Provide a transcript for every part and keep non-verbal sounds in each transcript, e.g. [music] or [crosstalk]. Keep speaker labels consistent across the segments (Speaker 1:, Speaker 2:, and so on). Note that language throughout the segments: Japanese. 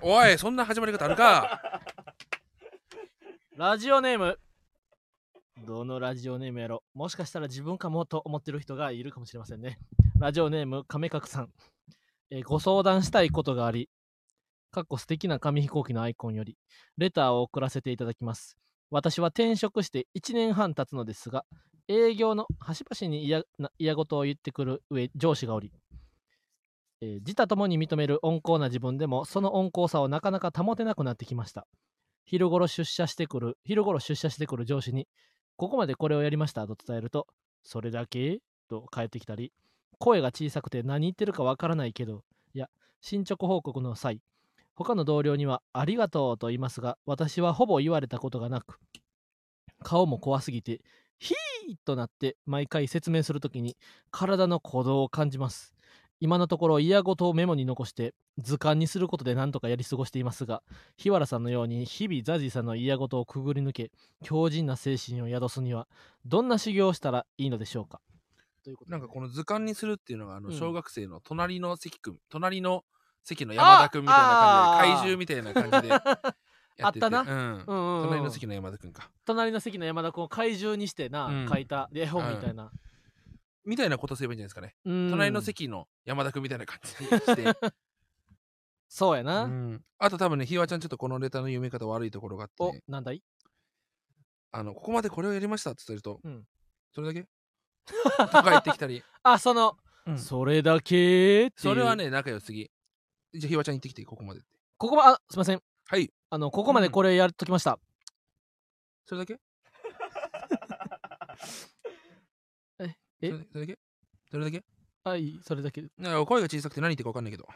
Speaker 1: おいそんな始まり方ある
Speaker 2: [laughs]
Speaker 1: か
Speaker 2: ラジオネームどのラジオネームやろもしかしたら自分かもと思ってる人がいるかもしれませんね。ラジオネーム亀角さん、えーご相談したいことがあり、かっこ素敵な紙飛行機のアイコンより、レターを送らせていただきます。私は転職して1年半経つのですが、営業の端々に嫌な嫌事を言ってくる上上司がおり、えー自他ともに認める温厚な自分でも、その温厚さをなかなか保てなくなってきました。昼頃出社してくる、昼頃出社してくる上司に、ここまでこれをやりましたと伝えると、それだけと返ってきたり、声が小さくて何言ってるかわからないけど、いや、進捗報告の際、他の同僚にはありがとうと言いますが、私はほぼ言われたことがなく、顔も怖すぎて、ヒーとなって毎回説明するときに体の鼓動を感じます。今のところ嫌事をメモに残して図鑑にすることで何とかやり過ごしていますが、日原さんのように日々ザジーさんの嫌事をくぐり抜け、強靭な精神を宿すにはどんな修行をしたらいいのでしょうかということで
Speaker 1: なんかこの図鑑にするっていうのがあの
Speaker 2: うん
Speaker 1: 小学生の隣の関君、隣の関の山田君みたいな感じで怪獣みたいな感じでやってて
Speaker 2: [laughs] あったな
Speaker 1: うん
Speaker 2: うんうんうん
Speaker 1: 隣の関の山田君か
Speaker 2: 隣の席の山田君を怪獣にしてな、
Speaker 1: うん
Speaker 2: 書いた絵本みたいな、
Speaker 1: みたいなことすればいいんじゃないですかね、
Speaker 2: うん
Speaker 1: 隣の席の山田君みたいな感じ
Speaker 2: [laughs]
Speaker 1: にして、
Speaker 2: そうやな、
Speaker 1: うんあと多分ねひわちゃんちょっとこのレターの読み方悪いところがあってね、
Speaker 2: おなんだい
Speaker 1: あのここまでこれをやりましたって言ってると、
Speaker 2: うん
Speaker 1: それだけとか言ってき
Speaker 2: [laughs]
Speaker 1: たり、
Speaker 2: あその、
Speaker 1: うん
Speaker 2: それだけっていう
Speaker 1: それはね仲良すぎじゃあひわちゃん行ってきてここまでって
Speaker 2: ここまあすいません
Speaker 1: はい
Speaker 2: あのここまでこれやっときました、
Speaker 1: それだけ
Speaker 2: ええ
Speaker 1: それそれだけそれだけ
Speaker 2: はいそれだけう
Speaker 1: なんか声が小さくて何言ってるか分かんないけど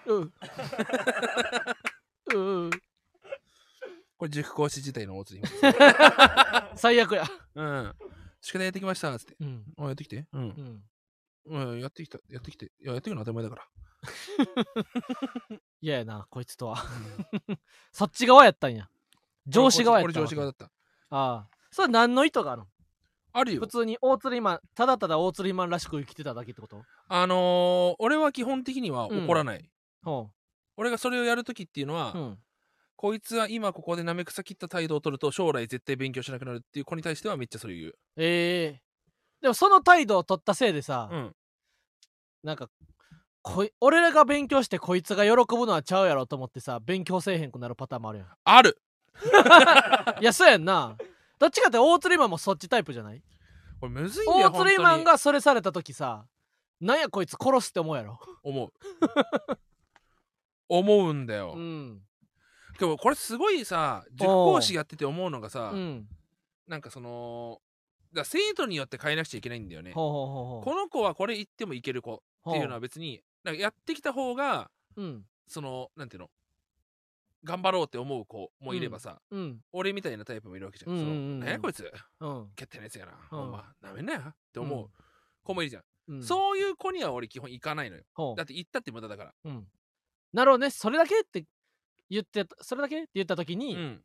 Speaker 1: [laughs]
Speaker 2: ううう
Speaker 1: これ塾講師自体の大
Speaker 2: [laughs]
Speaker 1: 津に
Speaker 2: 最悪や
Speaker 1: うん宿題やってきましたっつって
Speaker 2: うん
Speaker 1: あやってきてう、
Speaker 2: うんん
Speaker 1: うん、やってきたやってきていややってくるの当たり前だか
Speaker 2: 嫌やなこいつとは [laughs] そっち側やったんや
Speaker 1: ら
Speaker 2: 上司側や
Speaker 1: こ
Speaker 2: っ
Speaker 1: れ
Speaker 2: たわ
Speaker 1: 上司側だった
Speaker 2: ああそれは何の意図があるの
Speaker 1: あるよ
Speaker 2: 普通に大釣りマンただただ大釣りマンらしく生きてただけってこと
Speaker 1: あのー俺は基本的には怒らない、
Speaker 2: ほ
Speaker 1: 俺がそれをやるときっていうのは、
Speaker 2: ううん
Speaker 1: こいつは今ここでなめくさ切った態度を取ると将来絶対勉強しなくなるっていう子に対してはめっちゃそれ言う。
Speaker 2: ええでもその態度を取ったせいでさ、
Speaker 1: うん。
Speaker 2: なんかこい俺らが勉強してこいつが喜ぶのはちゃうやろと思ってさ勉強せえへんくなるパターンもあるや
Speaker 1: [laughs]
Speaker 2: ん
Speaker 1: ある
Speaker 2: いやそうやんなどっちかって大釣りマンもそっちタイプじゃない
Speaker 1: これむずいんだよ
Speaker 2: 大釣りマンがそれされた時さなんやこいつ殺すって思うやろ
Speaker 1: 本当に思う。 [laughs] 思うんだよ
Speaker 2: う。ん
Speaker 1: でもこれすごいさ塾講師やってて思うのがさ、
Speaker 2: うん
Speaker 1: なんかそのだから生徒によって変えなくちゃいけないんだよね。
Speaker 2: ほうほうほうほ
Speaker 1: この子はこれ言ってもいける子
Speaker 2: う
Speaker 1: っていうのは別になんかやってきた方が
Speaker 2: うん
Speaker 1: そのなんていうの頑張ろうって思う子もいればさ、
Speaker 2: うん
Speaker 1: 俺みたいなタイプもいるわけじゃん。
Speaker 2: うん
Speaker 1: そ
Speaker 2: うん
Speaker 1: の
Speaker 2: うんうん
Speaker 1: 何やこいつ
Speaker 2: うん
Speaker 1: 決定のやつやな、
Speaker 2: うん
Speaker 1: ほんまなめんなよって思う、子もいるじゃん、
Speaker 2: うん
Speaker 1: そういう子には俺基本行かないのよ
Speaker 2: ほ
Speaker 1: だって行ったって無駄だから、
Speaker 2: ううんなるほどねそれだけって言ってたそれだけって言った時
Speaker 1: う
Speaker 2: に、
Speaker 1: ん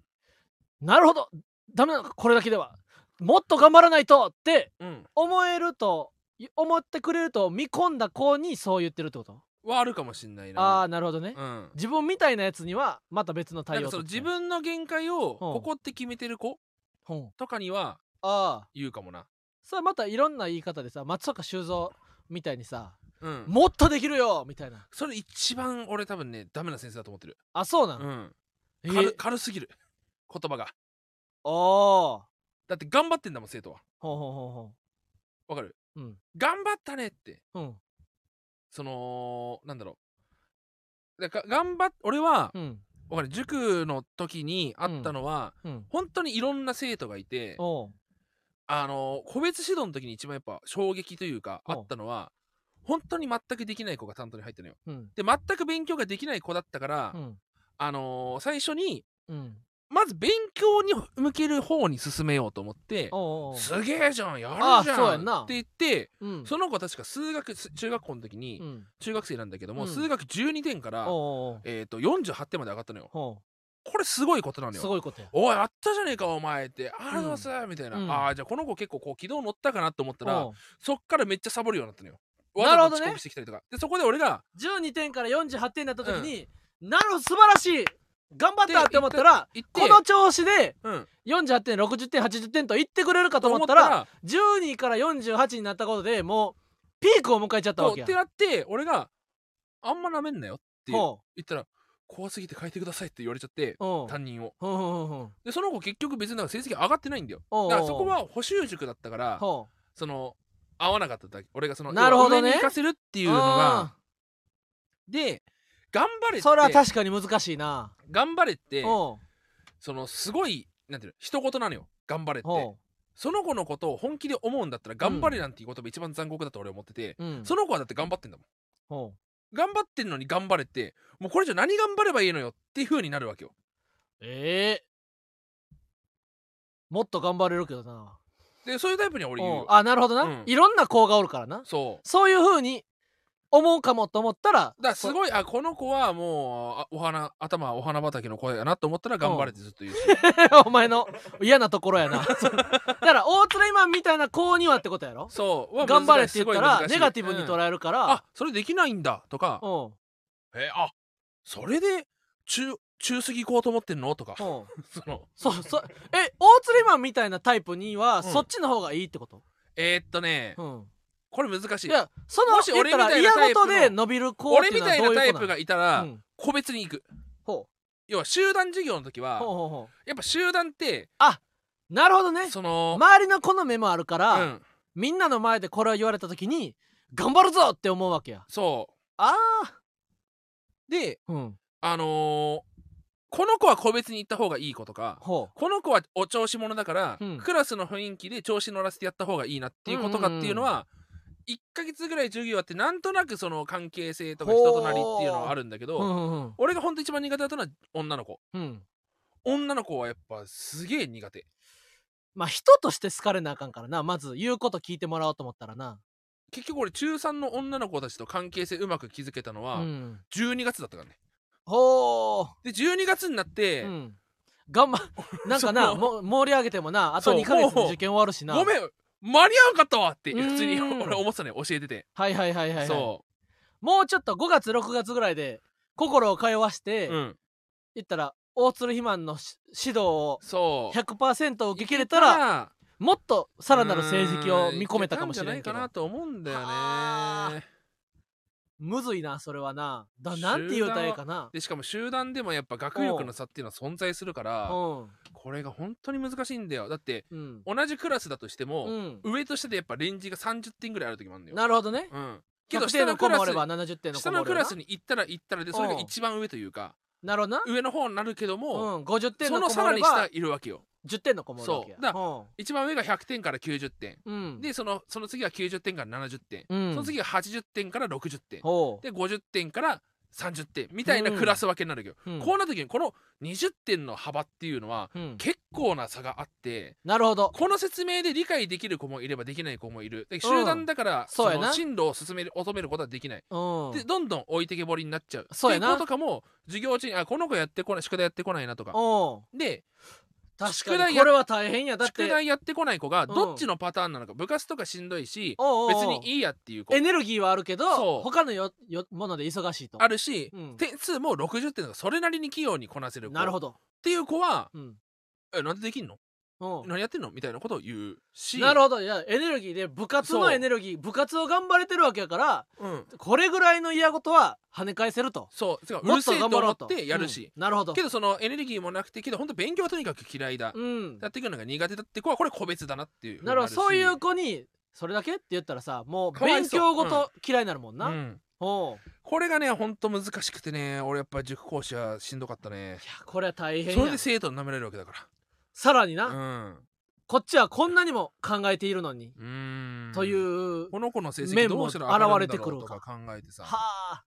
Speaker 2: なるほどダメなのかこれだけではもっと頑張らないとって
Speaker 1: うん、
Speaker 2: 思えるとい思ってくれると見込んだ子にそう言ってるってこと
Speaker 1: はあるかもしんない
Speaker 2: ああ
Speaker 1: な
Speaker 2: ーなるほどね、
Speaker 1: うん
Speaker 2: 自分みたいなやつにはまた別の
Speaker 1: なん
Speaker 2: 対応
Speaker 1: かその
Speaker 2: として
Speaker 1: 自分の限界を
Speaker 2: ほう
Speaker 1: ここって決めてる子
Speaker 2: ほん
Speaker 1: とかには
Speaker 2: ああ
Speaker 1: 言うかもな
Speaker 2: それはまたいろんな言い方でさ松岡修造みたいにさ、
Speaker 1: うん
Speaker 2: もっとできるよみたいな
Speaker 1: それ一番俺多分ねダメな先生だと思ってる、
Speaker 2: あそうな
Speaker 1: う
Speaker 2: の、
Speaker 1: ん、
Speaker 2: え
Speaker 1: 軽
Speaker 2: ー
Speaker 1: 軽すぎる言葉が
Speaker 2: おお
Speaker 1: だって頑張ってんだもん生徒は
Speaker 2: ほうほうほ
Speaker 1: わかる
Speaker 2: うほううん
Speaker 1: 頑張ったねって
Speaker 2: うん
Speaker 1: そのなんだろうだから頑張っ俺は
Speaker 2: うん
Speaker 1: わかる塾の時にあったのは、
Speaker 2: うん
Speaker 1: 本当にいろんな生徒がいて
Speaker 2: おう
Speaker 1: あの個別指導の時に一番やっぱ衝撃というか
Speaker 2: お
Speaker 1: あったのは本当に全くできない子が担当に入ったのよ
Speaker 2: うん
Speaker 1: で全く勉強ができない子だったから、
Speaker 2: うん
Speaker 1: あのー最初に
Speaker 2: うん
Speaker 1: まず勉強に向ける方に進めようと思って
Speaker 2: おうおう
Speaker 1: すげえじゃんやるじ
Speaker 2: あそう
Speaker 1: ゃ
Speaker 2: やん
Speaker 1: ん
Speaker 2: な
Speaker 1: って言って
Speaker 2: うん
Speaker 1: その子確か数学す中学校の時に、
Speaker 2: うん
Speaker 1: 中学生なんだけども、
Speaker 2: うん
Speaker 1: 数学12点から、
Speaker 2: おうおうおう
Speaker 1: えー、と48点まで上がったのよ
Speaker 2: ほ
Speaker 1: これすごいことな
Speaker 2: う
Speaker 1: のよ
Speaker 2: すごいことや
Speaker 1: おいあったじゃねえかお前ってありがとうございますみたいな、
Speaker 2: うん
Speaker 1: ああじゃあこの子結構こう軌道乗ったかなと思ったら
Speaker 2: おう
Speaker 1: そっからめっちゃサボるようになったのよ
Speaker 2: なるほ
Speaker 1: わ
Speaker 2: ど
Speaker 1: ざと遅
Speaker 2: ね
Speaker 1: 刻してきたりとか、でそこで俺が
Speaker 2: 12点から48点だった時に、なるほど素晴らしい頑張ったって思ったら
Speaker 1: 行って
Speaker 2: この調子で
Speaker 1: うん
Speaker 2: 48点60点80点と言ってくれるかと
Speaker 1: と
Speaker 2: 思
Speaker 1: 思
Speaker 2: っ
Speaker 1: ったた
Speaker 2: ら
Speaker 1: ら
Speaker 2: 12から48になったことでもうピークを迎えちゃった
Speaker 1: そう
Speaker 2: わ
Speaker 1: っ
Speaker 2: けや
Speaker 1: てなって俺が「あんまなめんなよ」って言
Speaker 2: ほ
Speaker 1: ったら「怖すぎて変えてください」って言われちゃって
Speaker 2: ううん
Speaker 1: 担任を
Speaker 2: ほうほうほう
Speaker 1: でその子結局別になんか成績上がってないんだよ
Speaker 2: ほう
Speaker 1: だからそこは補習塾だったから
Speaker 2: ほう
Speaker 1: その合わなかっただけ俺がその
Speaker 2: なるほどね
Speaker 1: 要は上に行かせるっていうのがで頑張れっ
Speaker 2: うんそれは
Speaker 1: て
Speaker 2: 確かに難しいな
Speaker 1: 頑張れって
Speaker 2: ほ
Speaker 1: そのすごいなんていうの一言なのよ頑張れっ
Speaker 2: う
Speaker 1: て
Speaker 2: ほ
Speaker 1: その子のことを本気で思うんだったら頑張れなんていう言葉一番残酷だと俺は思ってて
Speaker 2: ううん
Speaker 1: その子はだって頑張ってんだもん
Speaker 2: ほう
Speaker 1: 頑張ってんのに頑張れってもうこれじゃ何頑張ればいいのよっていう風になるわけよ
Speaker 2: ええもっと頑張れるけどな
Speaker 1: でそういうタイプには俺言う
Speaker 2: うん
Speaker 1: よ
Speaker 2: あなるほどな、
Speaker 1: うん
Speaker 2: いろんな子がおるからな
Speaker 1: そ
Speaker 2: そういうふうに思うかもと思ったら [laughs]
Speaker 1: うだからすごいあこの子はもうあお花頭はお花畑の子やなと思ったら頑張れってずっと言う
Speaker 2: [laughs]
Speaker 1: し
Speaker 2: そお前の嫌なところ
Speaker 1: [laughs]
Speaker 2: やなそうだから大鶴今みたいな子にはってことやろ
Speaker 1: そうは
Speaker 2: 頑張れって言った
Speaker 1: すご
Speaker 2: ら
Speaker 1: い難しい
Speaker 2: ネガティブに
Speaker 1: うん
Speaker 2: 捉えるから
Speaker 1: あ、それできないんだとか
Speaker 2: うんうん
Speaker 1: えあそれで中中過ぎ行こうと思ってんのとか [laughs] その
Speaker 2: そうそうえ大釣りマンみたいなタイプには、
Speaker 1: ん
Speaker 2: そっちの方がいいってこと、
Speaker 1: えー、っとね
Speaker 2: うん、
Speaker 1: これ難し
Speaker 2: い
Speaker 1: い
Speaker 2: やその
Speaker 1: もし俺みたいな
Speaker 2: 言ったら
Speaker 1: タイプの
Speaker 2: 嫌事で伸びる子って
Speaker 1: 俺
Speaker 2: いう
Speaker 1: み
Speaker 2: のは
Speaker 1: たい
Speaker 2: どう
Speaker 1: な
Speaker 2: いう子
Speaker 1: タ
Speaker 2: な
Speaker 1: イ
Speaker 2: の
Speaker 1: プがいたら、
Speaker 2: うん
Speaker 1: 個別に行く
Speaker 2: ほ
Speaker 1: 要は集団授業の時
Speaker 2: う
Speaker 1: は
Speaker 2: ほうほうほ
Speaker 1: やっぱ集団って
Speaker 2: うなるほどね
Speaker 1: その、
Speaker 2: 周りの好みもあるから、
Speaker 1: うん、
Speaker 2: みんなの前でこれを言われた時に頑張るぞって思うわけや
Speaker 1: そ
Speaker 2: あ
Speaker 1: うで
Speaker 2: ーうん
Speaker 1: あのーこの子は個別に行った方がいい子とか
Speaker 2: ほ
Speaker 1: この子はお調子者だから、
Speaker 2: うん
Speaker 1: クラスの雰囲気で調子乗らせてやった方がいいなっていうことかっていうのは、1ヶ月ぐらい授業あってなんとなくその関係性とか人となりっていうのはあるんだけ
Speaker 2: う
Speaker 1: ど、
Speaker 2: うんうんうん
Speaker 1: 俺がほんと一番苦手だったのは女の子
Speaker 2: うん
Speaker 1: 女の子はやっぱすげえ苦手
Speaker 2: まあ人として好かれなあかんからなまず言うこと聞いてもらおうと思ったらな
Speaker 1: 結局俺中3の女の子たちと関係性うまく築けたの
Speaker 2: う
Speaker 1: は
Speaker 2: ん
Speaker 1: 12月だったからね
Speaker 2: ほう
Speaker 1: で12月になって、
Speaker 2: うん頑
Speaker 1: [laughs]
Speaker 2: 張なんかな
Speaker 1: そう
Speaker 2: も盛り上げてもなあと
Speaker 1: そう
Speaker 2: 2ヶ月で
Speaker 1: もう
Speaker 2: 受験終わるしな
Speaker 1: ごめん間に合わんかったわって
Speaker 2: うーん
Speaker 1: 普通に俺思ってたね教えてて、
Speaker 2: はいはいはいはいはい
Speaker 1: そ
Speaker 2: もうちょっと5月6月ぐらいで心を通わして、
Speaker 1: う、うん、
Speaker 2: 言ったら大鶴肥満のし指導を
Speaker 1: そう
Speaker 2: 100%受け切れたらもっとさらなる成績を見込めたかもしれ
Speaker 1: な
Speaker 2: ない
Speaker 1: い
Speaker 2: け
Speaker 1: か
Speaker 2: ど
Speaker 1: なと思うんだよ
Speaker 2: は
Speaker 1: ね
Speaker 2: むずいなそれはなだ
Speaker 1: 集
Speaker 2: な
Speaker 1: 団
Speaker 2: んて言うたらええかな
Speaker 1: でしかも集団でもやっぱ学力の差っていうのは存在するから
Speaker 2: うん
Speaker 1: これが本当に難しいんだよだって
Speaker 2: うん
Speaker 1: 同じクラスだとして
Speaker 2: う
Speaker 1: も、
Speaker 2: ん
Speaker 1: 上と下でやっぱレンジが30点ぐらいある時もあるんだよ、
Speaker 2: なるほどね
Speaker 1: うん、けど
Speaker 2: 100
Speaker 1: 下
Speaker 2: 点の
Speaker 1: の
Speaker 2: 子
Speaker 1: ク
Speaker 2: も
Speaker 1: ラ
Speaker 2: あ
Speaker 1: ス
Speaker 2: れば70点の子
Speaker 1: 下
Speaker 2: も
Speaker 1: の
Speaker 2: おる
Speaker 1: ク
Speaker 2: よな
Speaker 1: ラスに行ったら行ったらでそれが一番上というか
Speaker 2: なるほどな
Speaker 1: 上の方になるけども、
Speaker 2: うん50点
Speaker 1: そ
Speaker 2: の
Speaker 1: の
Speaker 2: 子
Speaker 1: さ
Speaker 2: もお
Speaker 1: ら
Speaker 2: れ
Speaker 1: に下
Speaker 2: ば
Speaker 1: いるわけよ
Speaker 2: 10点の子もおるわけや
Speaker 1: そうだ一番上が100点から90点
Speaker 2: うん
Speaker 1: でそのその次が90点から70点、
Speaker 2: うん
Speaker 1: その次が80点から60点
Speaker 2: ほう
Speaker 1: で50点から30点みたいなクラス分けになるわけど、
Speaker 2: うん
Speaker 1: こうなった時にこの20点の幅っていうのは
Speaker 2: うん
Speaker 1: 結構な差があって
Speaker 2: なるほど
Speaker 1: この説明で理解できる子もいればできない子もいるで
Speaker 2: うん
Speaker 1: 集団だから、
Speaker 2: そうやな
Speaker 1: の進路を進める求めることはできない、
Speaker 2: うん
Speaker 1: でどんどん置いてけぼりになっちゃう
Speaker 2: そうやな
Speaker 1: っていう子とかも授業中にあこの子やってこない宿題やってこないなとか
Speaker 2: うん
Speaker 1: で
Speaker 2: 確
Speaker 1: 宿
Speaker 2: か
Speaker 1: 題
Speaker 2: に
Speaker 1: や
Speaker 2: これは大変やだって
Speaker 1: 宿題やってこない子が
Speaker 2: ん
Speaker 1: どっちのパターンなのか、部活とかしんどいし
Speaker 2: おうおう
Speaker 1: 別にいいやっていう子
Speaker 2: エネルギーはあるけ
Speaker 1: そ
Speaker 2: ど
Speaker 1: う
Speaker 2: 他のよよもので忙しいと
Speaker 1: あるし、
Speaker 2: うん
Speaker 1: 点数も60点とかそれなりに器用にこなせる子
Speaker 2: なるほ
Speaker 1: っ
Speaker 2: ど
Speaker 1: ていう子は
Speaker 2: うん
Speaker 1: 「えなんでできんの
Speaker 2: うん
Speaker 1: 何やってんの?」みたいなことを言うし
Speaker 2: なるほどいやエネルギーで部活
Speaker 1: そ
Speaker 2: の
Speaker 1: う
Speaker 2: エネルギー部活を頑張れてるわけやから
Speaker 1: うん、
Speaker 2: これぐらいの嫌事は跳ね返せると
Speaker 1: そうてかう
Speaker 2: も
Speaker 1: る
Speaker 2: っと
Speaker 1: せえと
Speaker 2: 頑張ろ
Speaker 1: 思
Speaker 2: う
Speaker 1: っ
Speaker 2: と
Speaker 1: てやるし、
Speaker 2: うんなるほど
Speaker 1: けどそのエネルギーもなくてけど本当勉強はとにかく嫌いだ、
Speaker 2: うん
Speaker 1: やっていくのが苦手だって子はこれ個別だなっていう
Speaker 2: なるほどそういう
Speaker 1: こ
Speaker 2: 子にそれだけって言ったらさもう
Speaker 1: かわい
Speaker 2: 勉
Speaker 1: そう
Speaker 2: 強ごと嫌いになるもんな、
Speaker 1: うん、
Speaker 2: おう
Speaker 1: これがねほんと難しくてね俺やっぱ塾講師はしんどかったね
Speaker 2: いやこれは大変
Speaker 1: それ
Speaker 2: や
Speaker 1: で生徒に舐められるわけだか
Speaker 2: さらにな、
Speaker 1: らうん
Speaker 2: こっちはこんなにも考えているのに、
Speaker 1: うーん
Speaker 2: という
Speaker 1: この子の成績
Speaker 2: 面
Speaker 1: ど
Speaker 2: も
Speaker 1: うしたら現れ
Speaker 2: 現れ
Speaker 1: て
Speaker 2: てく
Speaker 1: く
Speaker 2: る
Speaker 1: る
Speaker 2: の
Speaker 1: と
Speaker 2: か
Speaker 1: か考えてさ
Speaker 2: はあ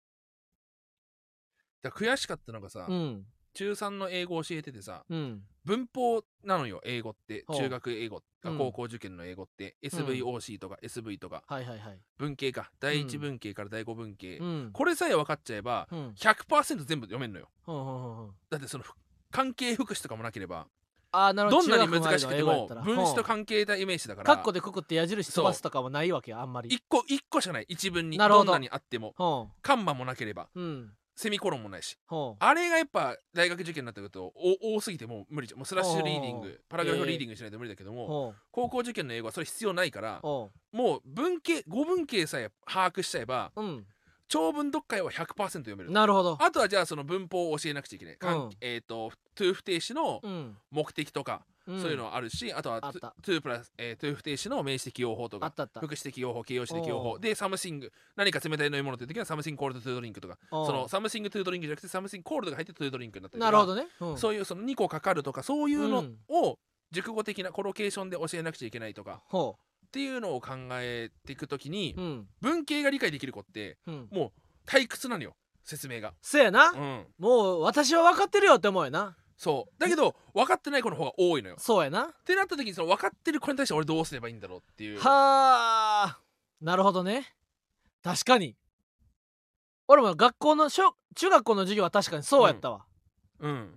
Speaker 1: だから悔しかったのがさ、
Speaker 2: うん
Speaker 1: 中3の英語教えててさ
Speaker 2: うん
Speaker 1: 文法なのよ英語って
Speaker 2: ほう
Speaker 1: 中学英語あ
Speaker 2: うん
Speaker 1: 高校受験の英語って、SVOC とか SV とか
Speaker 2: はいはいはい
Speaker 1: 文系か第一文系から第五文系、
Speaker 2: うん
Speaker 1: これさえ分かっちゃえば
Speaker 2: うん
Speaker 1: 100%全部読めんのよ
Speaker 2: ほうほうほうほう
Speaker 1: だってその関係副詞とかもなければ
Speaker 2: あーなる
Speaker 1: ど
Speaker 2: ほど
Speaker 1: んなに難しくても
Speaker 2: 中学の英語や
Speaker 1: 分
Speaker 2: ったら
Speaker 1: 詞と関係た名詞だか
Speaker 2: ほう
Speaker 1: ら
Speaker 2: カッコでくくって矢印飛ばすとかもないわけやあんまり
Speaker 1: 一個一個しかない一文に
Speaker 2: なるほ
Speaker 1: ど
Speaker 2: ど
Speaker 1: んなにあっても
Speaker 2: ほ
Speaker 1: カンマもなければ
Speaker 2: ううん
Speaker 1: セミコロンもないし
Speaker 2: ほ
Speaker 1: あれがやっぱ大学受験になってくるとお多すぎてもう無理じゃんもうスラッシュリーディン
Speaker 2: おうおう
Speaker 1: グパラグラフ
Speaker 2: ええ
Speaker 1: リーディングしないと無理だけど
Speaker 2: う
Speaker 1: も
Speaker 2: ほう
Speaker 1: 高校受験の英語はそれ必要ないから
Speaker 2: ほ
Speaker 1: もう文系語文系さえ把握しちゃえば
Speaker 2: ううん
Speaker 1: 長文読解は100%読める
Speaker 2: なるほど
Speaker 1: あとはじゃあその文法を教えなくちゃいけない、かん
Speaker 2: うん
Speaker 1: えっ、とトゥー不定詞の
Speaker 2: うん
Speaker 1: 目的とか、
Speaker 2: うん
Speaker 1: そういうのあるしあとは
Speaker 2: あっ
Speaker 1: トゥ
Speaker 2: た
Speaker 1: トゥープラス、えートゥー不定詞の名詞的用法と
Speaker 2: あ
Speaker 1: か
Speaker 2: ったあった
Speaker 1: 副詞的用法形容詞的用
Speaker 2: お
Speaker 1: 法
Speaker 2: う
Speaker 1: でサムシング何か冷たい飲み物という時はサムシングコールドトゥードリンクとか
Speaker 2: おう
Speaker 1: そのサムシングトゥードリンクじゃなくてサムシングコールドが入ってトゥードリンクになったりとか
Speaker 2: なるほどねうん
Speaker 1: そういうその2個かかるとかそういうの
Speaker 2: うん
Speaker 1: を熟語的なコロケーションで教えなくちゃいけないとか
Speaker 2: ほ
Speaker 1: っていうのを考えていくときに
Speaker 2: ううん
Speaker 1: 文系が理解できる子って
Speaker 2: うん
Speaker 1: もう退屈なのよ説明が。
Speaker 2: せやな
Speaker 1: うん
Speaker 2: もう私は分かってるよって思うよな
Speaker 1: そうだけど分かってない子の方が多いのよ。
Speaker 2: そうやな
Speaker 1: ってなった時にその分かってる子に対して俺どうすればいいんだろうっていう
Speaker 2: はあなるほどね確かに俺も学校の小中学校の授業は確かにそうやったわ、
Speaker 1: うん、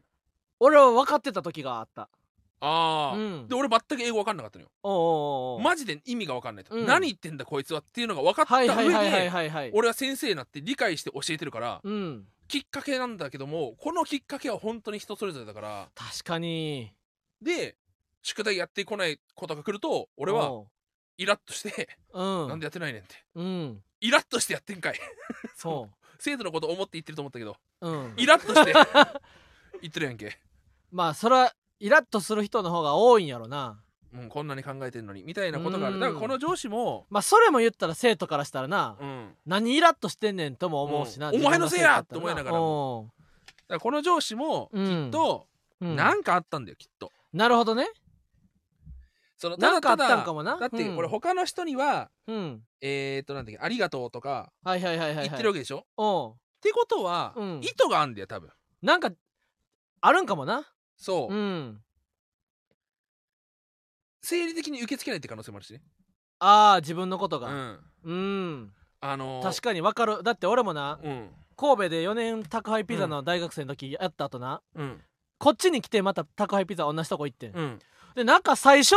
Speaker 2: 俺は分かってた時があった
Speaker 1: ああ、
Speaker 2: うん
Speaker 1: で俺全く英語分かんなかったのよ
Speaker 2: おうおうおう
Speaker 1: マジで意味が分かんないと、
Speaker 2: うん
Speaker 1: 何言ってんだこいつはっていうのが分かった
Speaker 2: は
Speaker 1: 上
Speaker 2: い
Speaker 1: で、
Speaker 2: はいはいはいはいはい
Speaker 1: 俺は先生になって理解して教えてるから、
Speaker 2: うん
Speaker 1: きっかけなんだけどもこのきっかけは本当に人それぞれだから
Speaker 2: 確かに
Speaker 1: で宿題やってこない子とか来ると
Speaker 2: こ
Speaker 1: 俺はイラッとして、
Speaker 2: うん
Speaker 1: なんでやってないねんって
Speaker 2: うん
Speaker 1: イラッとしてやってんかい [laughs]
Speaker 2: そ
Speaker 1: 生徒のこと思って言ってると思ったけど
Speaker 2: ううん
Speaker 1: イラッと
Speaker 2: [laughs]
Speaker 1: して言ってるやんけ
Speaker 2: まあそれはイラッとする人の方が多いんやろな
Speaker 1: うん、こんなに考えてんのにみたいなことがあ
Speaker 2: うん
Speaker 1: るだからこの上司も、
Speaker 2: まあそれも言ったら生徒からしたらな、
Speaker 1: うん、
Speaker 2: 何イラッとしてんねんとも思うしな、
Speaker 1: うん
Speaker 2: 自分
Speaker 1: お前のせいや
Speaker 2: 生徒った
Speaker 1: と思いながら
Speaker 2: お
Speaker 1: だからこの上司も
Speaker 2: ううん
Speaker 1: と、
Speaker 2: う
Speaker 1: なんかあったんだよきっと。
Speaker 2: なるほどね
Speaker 1: そのた
Speaker 2: なん
Speaker 1: だ
Speaker 2: かあ
Speaker 1: た
Speaker 2: ったん
Speaker 1: だ
Speaker 2: かもな
Speaker 1: だって
Speaker 2: うん
Speaker 1: これ他の人には、
Speaker 2: うん
Speaker 1: えー、っとなんだっけ「ありがとう」とか
Speaker 2: はいはいはいはい、は
Speaker 1: 言
Speaker 2: い、
Speaker 1: ってるわけでしょ、
Speaker 2: おう
Speaker 1: ってことは、
Speaker 2: うん
Speaker 1: 意図があんだよ多分。
Speaker 2: なんかあるんかもな
Speaker 1: そう、
Speaker 2: うん
Speaker 1: 生理的に受け付けないって可能性もあるしね。
Speaker 2: ああ自分のこと
Speaker 1: う
Speaker 2: が
Speaker 1: ん、
Speaker 2: うん、
Speaker 1: あのー、
Speaker 2: 確かにわかるだって俺もな
Speaker 1: うん
Speaker 2: 神戸で4年宅配ピザの大学生の時やった後な、
Speaker 1: うん
Speaker 2: こっちに来てまた宅配ピザ同じとこ行ってん、
Speaker 1: うん
Speaker 2: でなんか最初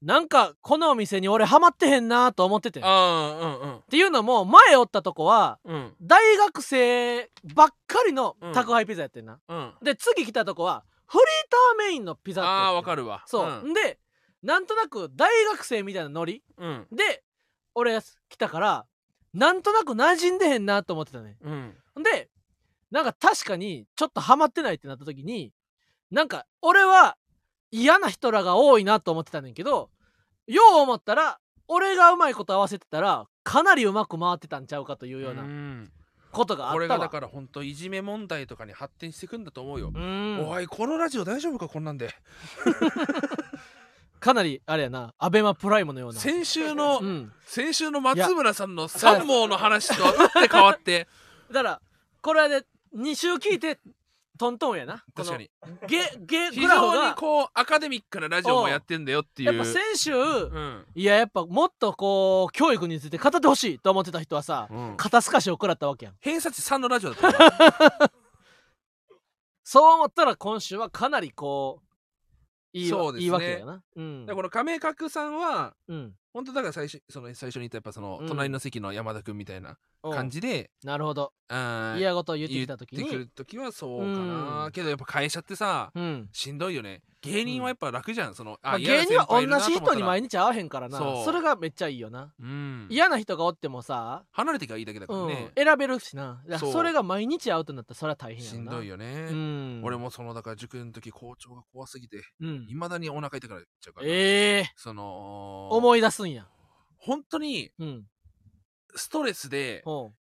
Speaker 2: なんかこのお店に俺ハマってへんなと思っててんっ
Speaker 1: あ
Speaker 2: ていうのも前おったとこは
Speaker 1: ーうんうんうん
Speaker 2: 大学生ばっかりの
Speaker 1: うん
Speaker 2: 宅配ピザやってんな、
Speaker 1: うん
Speaker 2: で次来たとこはフリーターメインのピザってやってん
Speaker 1: あーわかるわ
Speaker 2: そう、ん、でなんとなく大学生みたいなノリ
Speaker 1: うんうん
Speaker 2: で俺来たからなんとなく馴染んでへんなと思ってたね
Speaker 1: うん
Speaker 2: でなんか確かにちょっとハマってないってなった時になんか俺は嫌な人らが多いなと思ってたねんけどよう思ったら俺がうまいこと合わせてたらかなりうまく回ってたんちゃうかというよう
Speaker 1: う
Speaker 2: なんことがあ
Speaker 1: こ
Speaker 2: っ
Speaker 1: れ
Speaker 2: た
Speaker 1: が
Speaker 2: わ
Speaker 1: だから本当いじめ問題とかに発展していくんだと思うよ、
Speaker 2: うん
Speaker 1: おいこのラジオ大丈夫かこんなんで
Speaker 2: かなりあれやなアベマプライムのような
Speaker 1: 先週の
Speaker 2: うん
Speaker 1: 先週の松村さんの三毛の話とは打って変わって
Speaker 2: だからこれで2週聞いてトントンやなこの
Speaker 1: 確かに
Speaker 2: ゲゲ
Speaker 1: 非
Speaker 2: グラフ
Speaker 1: 常に
Speaker 2: が
Speaker 1: こうアカデミックなラジオもやってんだよってい
Speaker 2: やっ
Speaker 1: う
Speaker 2: ぱ先週、
Speaker 1: うん
Speaker 2: いややっぱもっとこう教育について語ってほしいと思ってた人はさ、
Speaker 1: うん
Speaker 2: 肩透かしを食らったわけやん
Speaker 1: 偏差値3のラジオだったから
Speaker 2: そう思ったら今週はかなりこういいわ
Speaker 1: そうですね
Speaker 2: いいわけやなうん
Speaker 1: でこの亀角さんは
Speaker 2: うん
Speaker 1: 本当だから最初その最初に言ったやっぱその
Speaker 2: うん
Speaker 1: 隣の席の山田君みたいな感じで、
Speaker 2: おうなるほど
Speaker 1: あー
Speaker 2: 嫌事を言って
Speaker 1: 言
Speaker 2: き
Speaker 1: った
Speaker 2: 時
Speaker 1: てく
Speaker 2: に
Speaker 1: る時はそうかな、
Speaker 2: うん
Speaker 1: けどやっぱ会社ってさ
Speaker 2: うん
Speaker 1: しんどいよね芸人はやっぱ楽じゃんその、
Speaker 2: まあ、
Speaker 1: 嫌な
Speaker 2: 芸人は
Speaker 1: 先輩いるな
Speaker 2: 同
Speaker 1: と思
Speaker 2: じ
Speaker 1: ったら
Speaker 2: 人に毎日会わへんからな
Speaker 1: そ
Speaker 2: そうれがめっちゃいいよな
Speaker 1: うん
Speaker 2: 嫌な人がおってもさ、
Speaker 1: 離れてきゃいいだけだか
Speaker 2: う
Speaker 1: ら
Speaker 2: ん
Speaker 1: ね、
Speaker 2: 選べるしなだから
Speaker 1: そう
Speaker 2: それが毎日会うとなったらそれは大変や
Speaker 1: し
Speaker 2: ろ
Speaker 1: ん
Speaker 2: な
Speaker 1: どいよね、
Speaker 2: うん
Speaker 1: 俺、もそのだから塾の時校長が怖すぎて
Speaker 2: うん
Speaker 1: い、まだにお腹痛くなっちゃうから、
Speaker 2: ええ
Speaker 1: その
Speaker 2: 思い出すんや
Speaker 1: 本当に
Speaker 2: うん
Speaker 1: ストレスで
Speaker 2: ほ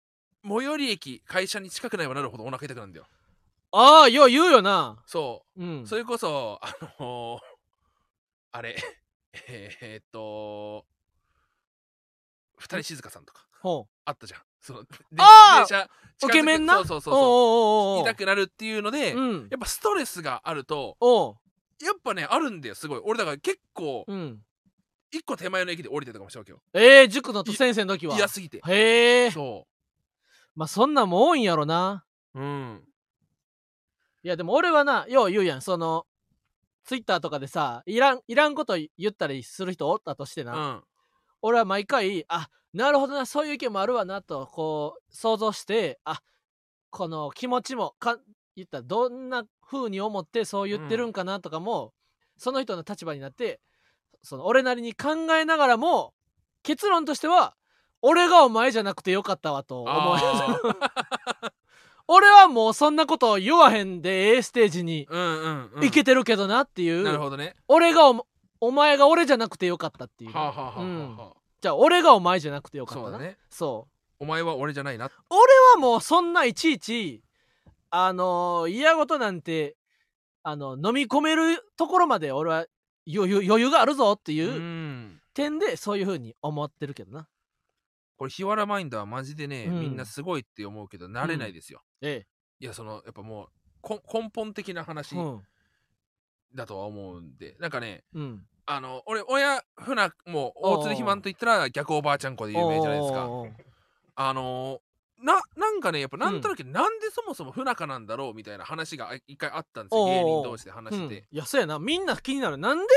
Speaker 2: う
Speaker 1: 最寄り駅会社に近くないわなるほどお腹痛くなるんだよ
Speaker 2: ああよう言うよな
Speaker 1: そ
Speaker 2: うん
Speaker 1: うそれこそあのーあれ [laughs] えーっと二人静香さんとか
Speaker 2: ほう
Speaker 1: あったじゃんそので
Speaker 2: あー
Speaker 1: 電車近づ
Speaker 2: イ
Speaker 1: く
Speaker 2: ケメンな
Speaker 1: そうそうそうそう
Speaker 2: おうおうおうおう
Speaker 1: 痛くなるっていうので、
Speaker 2: うん
Speaker 1: やっぱストレスがあると
Speaker 2: おう
Speaker 1: やっぱねあるんだよすごい俺だから結構
Speaker 2: うん
Speaker 1: 一個手前の駅で降りてたかもしれないわ
Speaker 2: ええ塾の先生の時
Speaker 1: けよ
Speaker 2: は
Speaker 1: 嫌すぎて
Speaker 2: へえ
Speaker 1: そ
Speaker 2: まあそんなんも多いんやろな
Speaker 1: ううん
Speaker 2: いやでも俺はなよう言うやんそのツイッターとかでさいらんいらんこと言ったりする人おったとして
Speaker 1: う
Speaker 2: な、
Speaker 1: ん
Speaker 2: 俺は毎回あなるほどなそういう意見もあるわなとこう想像してあこの気持ちもか言ったらどんな風に思ってそう言ってるんかなとかも、その人の立場になってその俺なりに考えながらも結論としては俺がお前じゃなくてよかったわと思う
Speaker 1: あ
Speaker 2: [laughs]
Speaker 1: ー
Speaker 2: 俺はもうそんなこと言わへんで A ステージに
Speaker 1: うんうん、うん、
Speaker 2: 行けてるけどなっていう、
Speaker 1: なるほどね
Speaker 2: 俺がおお前が俺じゃなくてよかったっていう、
Speaker 1: はあ、はあはあはあ
Speaker 2: うんじゃあ俺がお前じゃなくてよかった
Speaker 1: そ
Speaker 2: な
Speaker 1: うだね
Speaker 2: そう
Speaker 1: お前は俺じゃないな
Speaker 2: 俺はもうそんないちいちあのー嫌事なんてあの飲み込めるところまで俺は余裕余裕があるぞっていうううん点でそういうふうに思ってるけどな、
Speaker 1: これ日和らマインドはマジでね、
Speaker 2: うん
Speaker 1: みんなすごいって思うけどなれないですよ、
Speaker 2: え
Speaker 1: いやそのやっぱもうこ根本的な話
Speaker 2: うん
Speaker 1: だとは思うんで、なんかね
Speaker 2: うん、
Speaker 1: あの俺親船もう大鶴肥満と言ったら逆おばあちゃん子で有名じゃないですか
Speaker 2: おー
Speaker 1: あのーななんかねやっぱなんとなくなんでそもそも不仲なんだろうみたいな話があ一回あったんですよ
Speaker 2: おうおう
Speaker 1: 芸人同士で話
Speaker 2: う
Speaker 1: し
Speaker 2: ん、
Speaker 1: て、
Speaker 2: いやそうやなみんな気になるなんで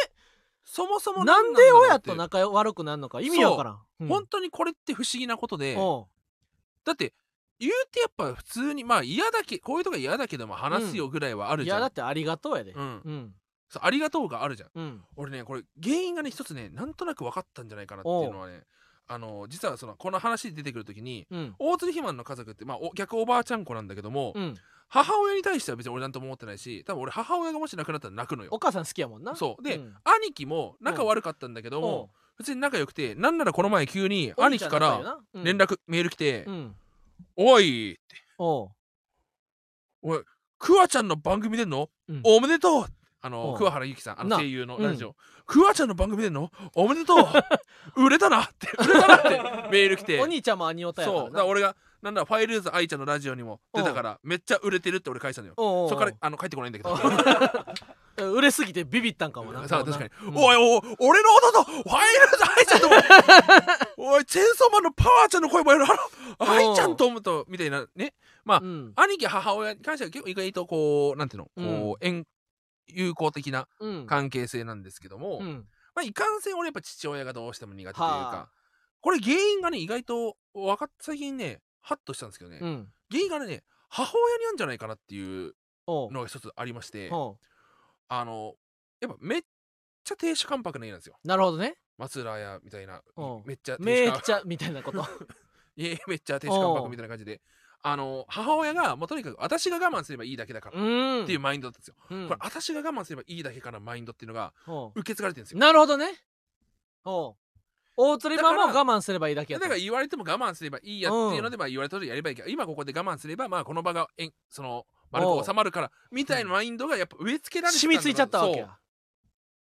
Speaker 1: そもそも
Speaker 2: なん
Speaker 1: だ
Speaker 2: で
Speaker 1: ろう
Speaker 2: 親
Speaker 1: って
Speaker 2: と仲悪くなるのか意味わからん、うん、
Speaker 1: 本当にこれって不思議なことで
Speaker 2: おう
Speaker 1: だって言うてやっぱ普通にまあ嫌だけこういうとこ嫌だけども話すよぐらいはある
Speaker 2: い
Speaker 1: じゃ
Speaker 2: や
Speaker 1: ん、
Speaker 2: だってありがとうやで
Speaker 1: うん
Speaker 2: うん
Speaker 1: そうありがとうがあるじゃん
Speaker 2: うん
Speaker 1: 俺ねこれ原因がね一つねなんとなく分かったんじゃないかなっていうのはねあの実はそのこの話で出てくる時に
Speaker 2: うん
Speaker 1: 大鶴肥満の家族って、まあ、お逆おばあちゃん子なんだけども、
Speaker 2: うん
Speaker 1: 母親に対しては別に俺なんとも思ってないし多分俺母親がもし亡くなったら泣くのよ
Speaker 2: お母さん好きやもんな
Speaker 1: そうで、
Speaker 2: ん
Speaker 1: 兄貴も仲悪かったんだけども普通に仲良くてなんならこの前急に
Speaker 2: お
Speaker 1: 兄貴から
Speaker 2: お兄ちゃん仲いいよなうん
Speaker 1: 連絡、メール来て
Speaker 2: うん
Speaker 1: 「おいって
Speaker 2: おう
Speaker 1: クワちゃんの番組出んの、
Speaker 2: うん
Speaker 1: おめでとう!」あ
Speaker 2: う
Speaker 1: の
Speaker 2: ん
Speaker 1: 桑原由紀さんあの
Speaker 2: な
Speaker 1: 声優のラジオ「クワちゃんの番組出んのおめでと
Speaker 2: [laughs]
Speaker 1: う売れたな!」って [laughs] 「売れたな!」ってメール来て
Speaker 2: お兄ちゃんも兄オタやから
Speaker 1: そうだから俺がなんだファイルーズ愛ちゃんのラジオにも出たからめっちゃ売れてるって俺返したのよ
Speaker 2: おうおうおう
Speaker 1: そっからあの帰ってこないんだけど
Speaker 2: うん売れすぎてビビったんかもな
Speaker 1: さあ確かに、
Speaker 2: う
Speaker 1: [laughs]
Speaker 2: ん
Speaker 1: おいおい俺の弟ファイルズ愛ちゃんと思って
Speaker 2: [laughs]
Speaker 1: おいチェーンソーマンのパワーちゃんの声もやる愛ちゃんと思うとみたいなね
Speaker 2: うん
Speaker 1: 兄貴母親に関しては結構意外とこうなんていうのこう、縁友好的な
Speaker 2: うん
Speaker 1: 関係性なんですけども、
Speaker 2: う
Speaker 1: ま
Speaker 2: ん
Speaker 1: あいかんせん俺やっぱ父親がどうしても苦手という
Speaker 2: はあ
Speaker 1: かこれ原因がね意外と分かっ最近ねハッとしたんですけどね、
Speaker 2: うん
Speaker 1: 原因がね母親にあるんじゃないかなっていう
Speaker 2: おう
Speaker 1: のが一つありまして
Speaker 2: お
Speaker 1: あのやっぱめっちゃ亭主関白な家なんですよ
Speaker 2: うなるほどね
Speaker 1: 松浦屋みたいな
Speaker 2: うん
Speaker 1: めっちゃ亭
Speaker 2: め
Speaker 1: 主
Speaker 2: っ
Speaker 1: 関
Speaker 2: ちゃみたいなこと
Speaker 1: [laughs] いえめっちゃ亭主関白みたいな感じであの母親がもうとにかく私が我慢すればいいだけだから
Speaker 2: うん
Speaker 1: っていうマインドだったんですよ、
Speaker 2: うん
Speaker 1: これ私が我慢すればいいだけからマインドっていうのが
Speaker 2: お
Speaker 1: 受け継がれてるんです
Speaker 2: う
Speaker 1: よ
Speaker 2: なるほどねおう大釣りマンも
Speaker 1: だから
Speaker 2: 我慢すればいいだ
Speaker 1: だ
Speaker 2: けや
Speaker 1: か
Speaker 2: と
Speaker 1: ら言われても我慢すればいいやっていうので、まあ言われた通りやればいいけど今ここで我慢すればまあこの場がえんその丸
Speaker 2: お
Speaker 1: く
Speaker 2: う
Speaker 1: 収まるからみたいなマインドがやっぱ植え付けられてたん
Speaker 2: 染
Speaker 1: だ
Speaker 2: みついちゃったわけ
Speaker 1: そう
Speaker 2: や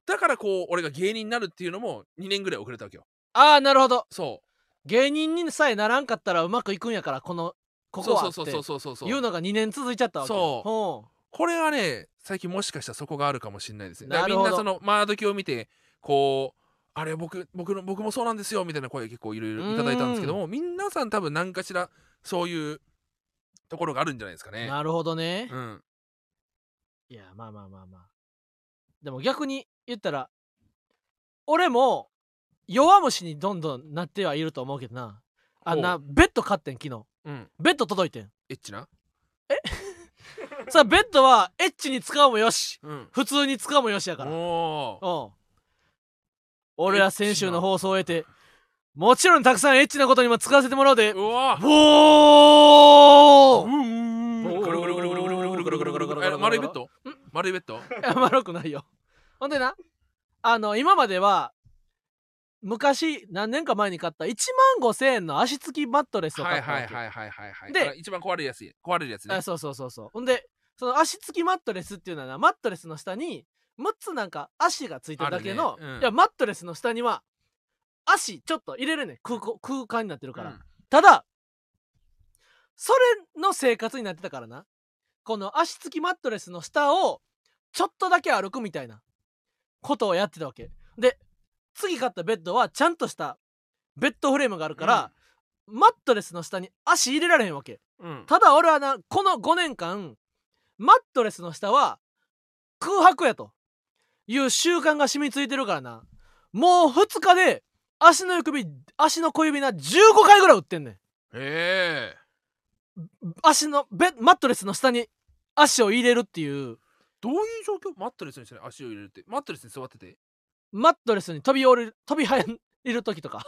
Speaker 1: だからこう俺が芸人になるっていうのも2年ぐらい遅れたわけよ
Speaker 2: ああなるほど
Speaker 1: そ
Speaker 2: 芸人にさえならんかったらうまくいくんやからこの
Speaker 1: う
Speaker 2: ここはって
Speaker 1: そうそうそうそうそう
Speaker 2: い
Speaker 1: そうう
Speaker 2: のが2年続いちゃったわけや
Speaker 1: そう
Speaker 2: お
Speaker 1: これはね最近もしかしたらそこがあるかもしれないですねだから
Speaker 2: なる
Speaker 1: みん
Speaker 2: ほど
Speaker 1: なそのマードキを見てこうあれ僕僕の僕もそうなんですよみたいな声結構いろいろいただいたんですけども皆さん多分何かしらそういうところがあるんじゃないですか
Speaker 2: う
Speaker 1: ね
Speaker 2: なるほどね
Speaker 1: うん
Speaker 2: いや、まあまあまあまあ。でも逆に言ったら、俺も弱虫にどんどんなってはいると思うけどな。あんな、ベッド買ってん、昨日。
Speaker 1: うん
Speaker 2: ベッド届いてん。
Speaker 1: エッチな
Speaker 2: さあ、ベッドはエッチに使うもよし、
Speaker 1: うん
Speaker 2: 普通に使うもよしやから。うん。
Speaker 1: おー
Speaker 2: 俺ら先週の放送を得て、もちろんたくさんエッチなことにも使わせてもらうで。
Speaker 1: うわ
Speaker 2: おー
Speaker 1: うんぐるぐるぐるぐるぐるぐるぐるぐるぐるぐるえ丸いベッド丸いベッド
Speaker 2: [laughs] いや丸くないよほんでなあの今までは昔何年か前に買った1万5千円の足つきマットレスを
Speaker 1: はい
Speaker 2: 買ったわ
Speaker 1: はい
Speaker 2: け、
Speaker 1: はいはいはいはい
Speaker 2: で
Speaker 1: あの一番壊れるやつ壊れるやつね
Speaker 2: あそうそうそうそうほんでその足つきマットレスっていうのはなマットレスの下に6つなんか足がついてるだけの、
Speaker 1: あるねうん
Speaker 2: いやマットレスの下には足ちょっと入れるねん空港空間になってるから、
Speaker 1: うん
Speaker 2: ただそれの生活になってたからなこの足つきマットレスの下をちょっとだけ歩くみたいなことをやってたわけで次買ったベッドはちゃんとしたベッドフレームがあるから、マットレスの下に足入れられへんわけ
Speaker 1: うん
Speaker 2: ただ俺はなこの5年間マットレスの下は空白やという習慣が染みついてるからなもう2日で足の指足の小指な15回ぐらい打ってんねん
Speaker 1: へえ
Speaker 2: 足のベッマットレスの下に足を入れるっていう
Speaker 1: どういう状況マットレスにしてね足を入れるってマットレスに座ってて
Speaker 2: マットレスに飛び降りる飛び入る時と
Speaker 1: [laughs]
Speaker 2: か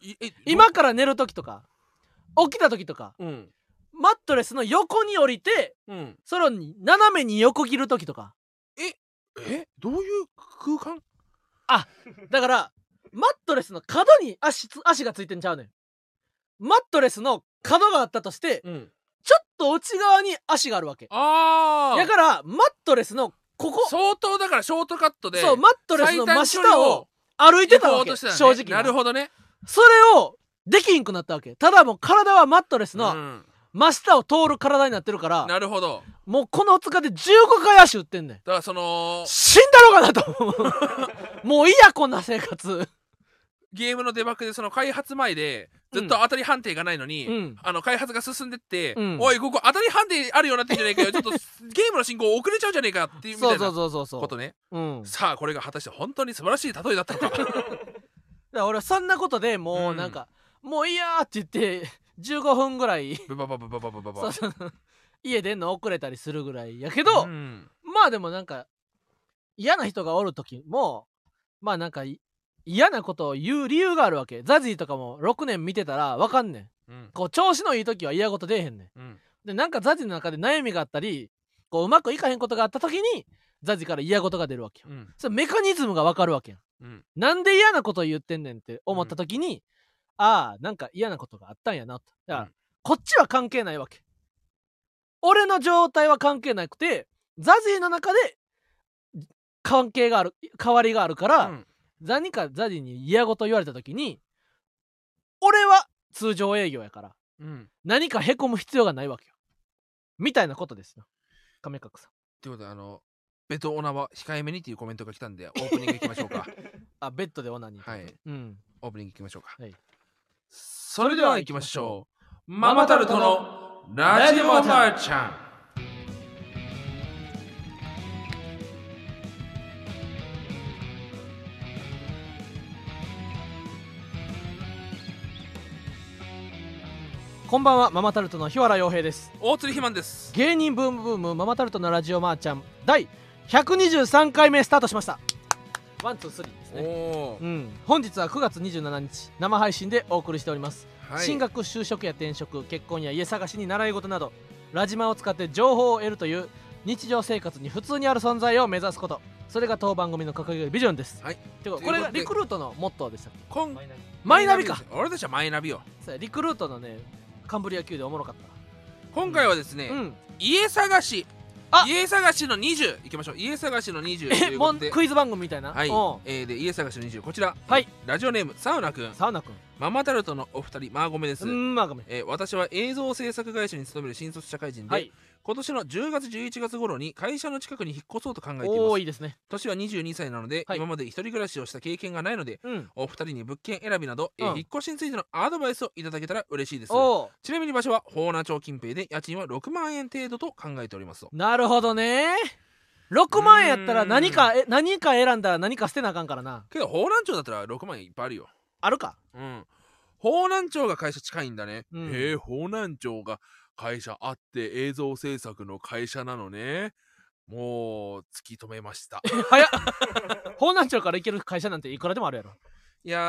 Speaker 1: いえ
Speaker 2: 今から寝る時とか起きた時とか
Speaker 1: うん
Speaker 2: マットレスの横に降りて
Speaker 1: うん
Speaker 2: それをに斜めに横切る時とか
Speaker 1: えどういう空間
Speaker 2: だからマットレスの角に足つ足がついてんちゃうねんマットレスの角があったとして
Speaker 1: うん
Speaker 2: ちょっと内側に足があるわけ
Speaker 1: あ
Speaker 2: だ
Speaker 1: あ
Speaker 2: からマットレスのここ
Speaker 1: 相当だからショートカットで
Speaker 2: そうマットレスの真下を歩い
Speaker 1: 最短距
Speaker 2: てた
Speaker 1: 離を行こ
Speaker 2: わ
Speaker 1: う
Speaker 2: け
Speaker 1: としてたのね
Speaker 2: 正直
Speaker 1: な
Speaker 2: な
Speaker 1: るほどね
Speaker 2: それをできんくなったわけただもう体はマットレ
Speaker 1: う
Speaker 2: スの
Speaker 1: ん
Speaker 2: 真下を通る体になってるから、
Speaker 1: なるほど
Speaker 2: もうこの2日で15回足打ってんねん
Speaker 1: だからその
Speaker 2: 死んだろうかなと思うもういいやこんな生活
Speaker 1: ゲームのデバッグでその開発前で
Speaker 2: うん
Speaker 1: ずっと当たり判定がないのに、
Speaker 2: うん
Speaker 1: あの開発が進んでって、
Speaker 2: うん
Speaker 1: おいここ当たり判定あるようになってんじゃねえかよちょっとゲームの進行遅れちゃうじゃねえかっていうみたい
Speaker 2: そ
Speaker 1: な
Speaker 2: うそうそうそうそ
Speaker 1: ことね
Speaker 2: う、うん、だか
Speaker 1: さあこれが果たして本当に素晴らしい例えだったのか
Speaker 2: ら俺はそんなことでもううんなんか、もういいやーって言って15分ぐらい
Speaker 1: ブババババババババ
Speaker 2: そうそう家出んの遅れたりするぐらいやけど、
Speaker 1: うん
Speaker 2: まあでもなんか嫌な人がおる時もまあなんかい嫌なことを言う理由があるわけザジーとかも6年見てたらわかんねん
Speaker 1: うん
Speaker 2: こう調子のいい時は嫌事出えへんね
Speaker 1: うん
Speaker 2: んでなんかザジーの中で悩みがあったりこううまくいかへんことがあった時にザジーから嫌事が出るわけよ
Speaker 1: うん
Speaker 2: それメカニズムがわかるわけやん
Speaker 1: うん
Speaker 2: なんで嫌なことを言ってんねんって思った時に、ああなんか嫌なことがあったんやなとだから、
Speaker 1: うん
Speaker 2: こっちは関係ないわけ俺の状態は関係なくてザジーの中で関係がある変わりがあるから、
Speaker 1: うん
Speaker 2: 何かザジーに嫌事言われた時に俺は通常営業やから
Speaker 1: うん
Speaker 2: 何かへこむ必要がないわけよみたいなことですよ亀角さん
Speaker 1: ということであのベトオナは控えめにっていうコメントが来たんでオープニングいきましょうか
Speaker 2: あベッドでオナニーってこと、
Speaker 1: はい
Speaker 2: うん
Speaker 1: オープニングいきましょうか、
Speaker 2: はい
Speaker 1: それでは行きましょうママタルトのラジオマーちゃん
Speaker 2: こんばんはママタルトの日原洋平です
Speaker 1: 大鶴ひまんです
Speaker 2: 芸人ブームブームママタルトのラジオマーちゃん第123回目スタートしましたワンツースリーです
Speaker 1: おお
Speaker 2: ねう、ん、本日は9月27日生配信でお送りしております、
Speaker 1: はい、
Speaker 2: 進学就職や転職結婚や家探しに習い事などラジマを使って情報を得るという日常生活に普通にある存在を目指すことそれが当番組の掲げるビジョンです、
Speaker 1: はい
Speaker 2: てかこれが
Speaker 1: とい
Speaker 2: リ
Speaker 1: うこ
Speaker 2: クルートのモットーでした
Speaker 1: 今
Speaker 2: マイナビか
Speaker 1: です俺たちはマイナビよ
Speaker 2: そうやリクルートのねカンブリア宮でおもろかっ
Speaker 1: 今回はですね、
Speaker 2: たうん
Speaker 1: 家探し
Speaker 2: あ
Speaker 1: 家探しの20いきましょう家探しの20とい
Speaker 2: え
Speaker 1: う
Speaker 2: も
Speaker 1: こ
Speaker 2: う
Speaker 1: とで
Speaker 2: クイズ番組みたいな、
Speaker 1: はい
Speaker 2: うん、
Speaker 1: えーで家探しの20こちら、
Speaker 2: はい
Speaker 1: ラジオネームサウナくん
Speaker 2: サウナ君
Speaker 1: ママタルトのお二人マーゴメです、
Speaker 2: うんまあごめん
Speaker 1: えー私は映像制作会社に勤める新卒社会人で、
Speaker 2: はい
Speaker 1: 今年の10月11月頃に会社の近くに引っ越そうと考えてい
Speaker 2: お
Speaker 1: ま
Speaker 2: お
Speaker 1: す
Speaker 2: いいですね
Speaker 1: 年は22歳なので、
Speaker 2: はい
Speaker 1: 今まで一人暮らしをした経験がないので
Speaker 2: うん
Speaker 1: お二人に物件選びなど、えー
Speaker 2: うん
Speaker 1: 引っ越しについてのアドバイスをいただけたら嬉しいです
Speaker 2: おお
Speaker 1: ちなみに場所は法南町近辺で家賃は6万円程度と考えておりますと
Speaker 2: なるほどね6万円やったら何かえ何か選んだら何か捨てなあかんからな
Speaker 1: けど法南町だったら6万円いっぱいあるよ
Speaker 2: あるか
Speaker 1: うん法南町が会社近いんだね、
Speaker 2: うん
Speaker 1: へえ法南町が会社あって映像制作の会社なのねもう突き止めました
Speaker 2: 早っ法南町から行ける会社なんていくらでもあるやろ、
Speaker 1: いや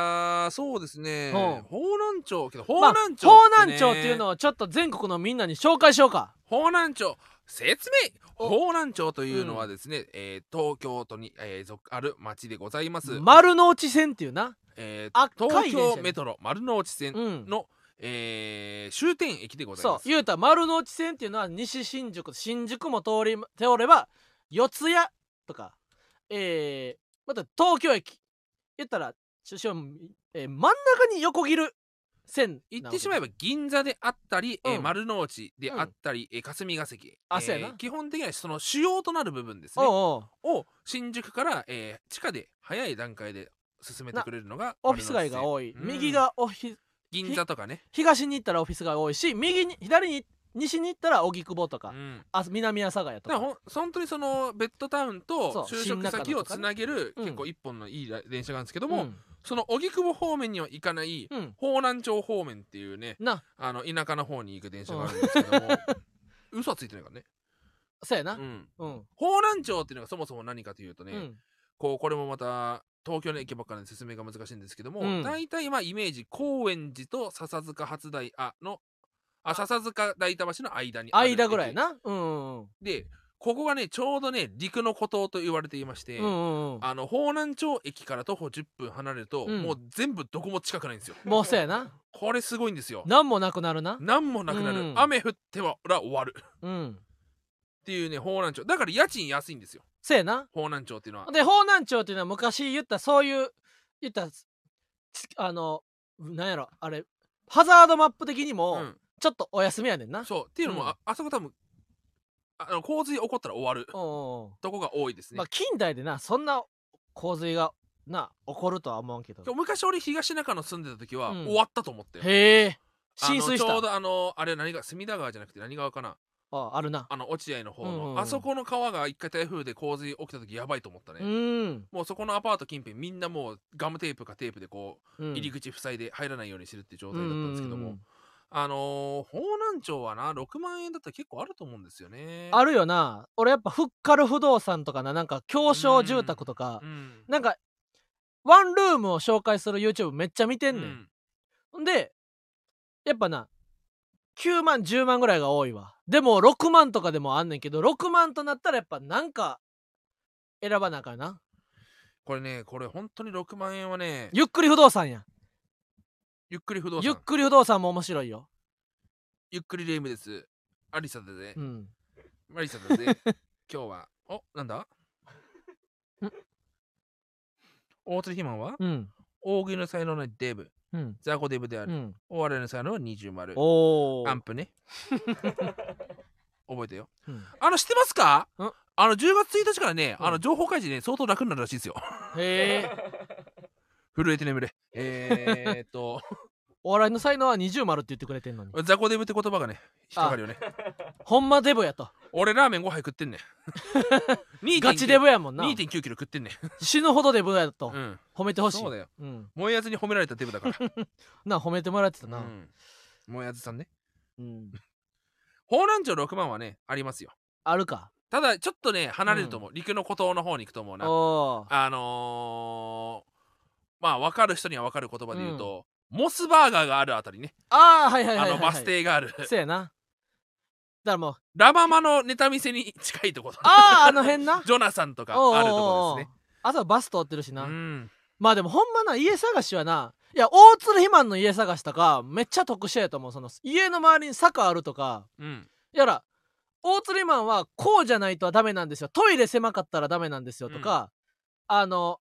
Speaker 1: ーそうですね
Speaker 2: うん
Speaker 1: 法南町けど
Speaker 2: ま
Speaker 1: 法
Speaker 2: あ
Speaker 1: 南町、
Speaker 2: 法南町っていうのをちょっと全国のみんなに紹介しようか
Speaker 1: 法南町説明
Speaker 2: お
Speaker 1: 法南町というのはですね、えー東京都に、えー属ある町でございます、
Speaker 2: 丸の内線っていうな
Speaker 1: えー
Speaker 2: 赤
Speaker 1: 東
Speaker 2: い電車ね
Speaker 1: 京メトロ丸の内線
Speaker 2: うん
Speaker 1: の、えー終点駅でござい
Speaker 2: そ
Speaker 1: ま
Speaker 2: う
Speaker 1: す
Speaker 2: 言うたら丸の内線っていうのは西新宿新宿も通り通れば四谷とかえー、また東京駅言ったら中心、えー真ん中に横切る線
Speaker 1: 言ってしまえば銀座であったり、えー
Speaker 2: うん
Speaker 1: 丸の内であったり、えー霞が関
Speaker 2: あ
Speaker 1: えー
Speaker 2: そうやな
Speaker 1: 基本的にはその主要となる部分です
Speaker 2: お
Speaker 1: ね
Speaker 2: うおう
Speaker 1: を新宿から、えー地下で早い段階で進めてくれるのが
Speaker 2: オフィス街が
Speaker 1: 丸の内
Speaker 2: 多い、
Speaker 1: うん
Speaker 2: 右がオフィ
Speaker 1: 線銀座とかね、
Speaker 2: 東に行ったらオフィス街多いし右に左に西に行ったら荻窪と
Speaker 1: う
Speaker 2: か、
Speaker 1: ん、
Speaker 2: あ南阿佐ヶ谷と
Speaker 1: だから
Speaker 2: か
Speaker 1: ほん本当にそのベッドタウンと
Speaker 2: そう
Speaker 1: 就職先をつなげる
Speaker 2: 新中野とかね
Speaker 1: 結構一本のいい電車があるんですけども、
Speaker 2: うん
Speaker 1: その荻窪方面には行かない
Speaker 2: うん。
Speaker 1: 方南町方面っていうね
Speaker 2: な、
Speaker 1: あの田舎の方に行く電車があるんですけ
Speaker 2: [laughs]
Speaker 1: ども嘘はついてないからね、
Speaker 2: そうやな
Speaker 1: う。ん、
Speaker 2: うん。
Speaker 1: 方南町っていうのがそもそも何かというと
Speaker 2: う
Speaker 1: ね、
Speaker 2: ん。
Speaker 1: こうこれもまた東京の駅ばっかりで説明が難しいんですけども、
Speaker 2: うん
Speaker 1: 大体まあイメージ高円寺と笹塚初台あのあ笹塚大田橋の間にある駅
Speaker 2: 間ぐらいやな。うん。うん
Speaker 1: でここがねちょうどね陸の孤島と言われていまして、
Speaker 2: うんうん。
Speaker 1: あの方南町駅から徒歩10分離れると、
Speaker 2: うん
Speaker 1: もう全部どこも近くないんですよ
Speaker 2: もうそうやな。
Speaker 1: これすごいんですよ
Speaker 2: なんもなくなるな。
Speaker 1: なんもなくなる、
Speaker 2: うん
Speaker 1: 雨降っては裏終わるっ
Speaker 2: うん。
Speaker 1: ていうね方南町だから家賃安いんですよ
Speaker 2: そうやな。
Speaker 1: 方南町っていうのは
Speaker 2: で、方南町っていうのは昔言った、そういう、言った、つあの、なんやろ、あれ、ハザードマップ的にも、
Speaker 1: う
Speaker 2: ちょっとお休みやねんな。
Speaker 1: ん、そうっていうのも、
Speaker 2: うん
Speaker 1: ああそこ多分ああの洪水起こったら終わる
Speaker 2: おうお
Speaker 1: とこが多いです
Speaker 2: う
Speaker 1: ね、
Speaker 2: まあ、近代でな、そんな洪水が、な、起こるとは思わんけど。
Speaker 1: 昔俺東中野住んでた時は、
Speaker 2: うん
Speaker 1: 終わったと思ったよ
Speaker 2: へえ。
Speaker 1: あの
Speaker 2: 浸水し
Speaker 1: ちょ
Speaker 2: た
Speaker 1: う。どあのあれ何が隅田川じゃなくて何川かな
Speaker 2: ああるな。
Speaker 1: あの落合の方
Speaker 2: うんうん
Speaker 1: の、
Speaker 2: うん
Speaker 1: あそこの川が一回台風で洪水起きた時やばいと思ったね、
Speaker 2: うん。
Speaker 1: もうそこのアパート近辺みんなもうガムテープかテープでこう
Speaker 2: 入
Speaker 1: 入り口塞いで入らないようにしてるって状態だったんですけども、
Speaker 2: うんうんうん
Speaker 1: あのー、方南町はな6万円だったら結構あると思うんですよね
Speaker 2: あるよな。俺やっぱフッカル不動産とかな、なんか狭小住宅とか
Speaker 1: う、ん
Speaker 2: なんか、ワンルームを紹介する YouTube めっちゃ見て
Speaker 1: うん
Speaker 2: ねん。
Speaker 1: ん
Speaker 2: ん、で、やっぱな、9万、10万ぐらいが多いわ。でも6万とかでもあんねんけど、6万となったらやっぱなんか選ばなあかんな。
Speaker 1: これねこれ本当に6万円はね
Speaker 2: ゆっくり不動産や。
Speaker 1: ゆっくり不動
Speaker 2: ゆっ
Speaker 1: 産
Speaker 2: くり不動産も面白いよ。
Speaker 1: ゆっくりレ夢ムですアリサだぜ
Speaker 2: うん。
Speaker 1: マリサだ
Speaker 2: [laughs]
Speaker 1: ぜ今日はおなんだ
Speaker 2: ん
Speaker 1: 大鳥ひまは
Speaker 2: うん。
Speaker 1: 大食いの才能のないデブ
Speaker 2: うん。
Speaker 1: ザコデブであ
Speaker 2: う
Speaker 1: る、
Speaker 2: ん。
Speaker 1: 大笑いの才能は20丸
Speaker 2: お
Speaker 1: アン
Speaker 2: ー。
Speaker 1: プ
Speaker 2: [laughs]
Speaker 1: ね覚えてよ
Speaker 2: うん
Speaker 1: あの知ってますか
Speaker 2: ん
Speaker 1: あの10月1日からね、
Speaker 2: うん
Speaker 1: あの情報開示ね相当楽になるらしいですよ [laughs]
Speaker 2: へえ。
Speaker 1: 震えて眠れえー、っと [laughs]
Speaker 2: お笑いの才能は20丸って言ってくれてんのに。
Speaker 1: ザコデブって言葉がね引っかかるよね
Speaker 2: ほんまデブやと。
Speaker 1: 俺ラーメン5杯食ってんね2.9
Speaker 2: ガチデブやもんな。
Speaker 1: 2 9キロ食ってんね
Speaker 2: 死ぬほどデブやと
Speaker 1: うん
Speaker 2: 褒めてほしい。
Speaker 1: そうだよ
Speaker 2: うん。
Speaker 1: 燃えやずに褒められたデブだから
Speaker 2: な褒めてもらってた
Speaker 1: う
Speaker 2: な。
Speaker 1: ん、もやずさんね
Speaker 2: うん。
Speaker 1: 方南町6万はねありますよ
Speaker 2: あるか。
Speaker 1: ただちょっとね離れると思う、陸の孤島の方に行くと思うな
Speaker 2: おー
Speaker 1: あのー、まあ分かる人には分かる言葉で言うと、モスバーガーがあるあたりね
Speaker 2: ああ、はいはいは
Speaker 1: あ
Speaker 2: い、は
Speaker 1: の
Speaker 2: い。
Speaker 1: バス。停がある
Speaker 2: そうやな。だか
Speaker 1: [laughs]
Speaker 2: らもう、
Speaker 1: ラママのネタ見せに近いところ
Speaker 2: ああ、あの辺な。
Speaker 1: ジョナサンとか
Speaker 2: おうおうおう
Speaker 1: あるところですね
Speaker 2: あとはバス通ってるしな。
Speaker 1: うん
Speaker 2: まあでもほんまな、家探しはな、いや、大鶴肥満の家探しとか、めっちゃ特殊やと思う。その、家の周りに坂あるとか、
Speaker 1: うん
Speaker 2: やら、大鶴肥満はこうじゃないとはダメなんですよ。トイレ狭かったらダメなんですよとか、あの、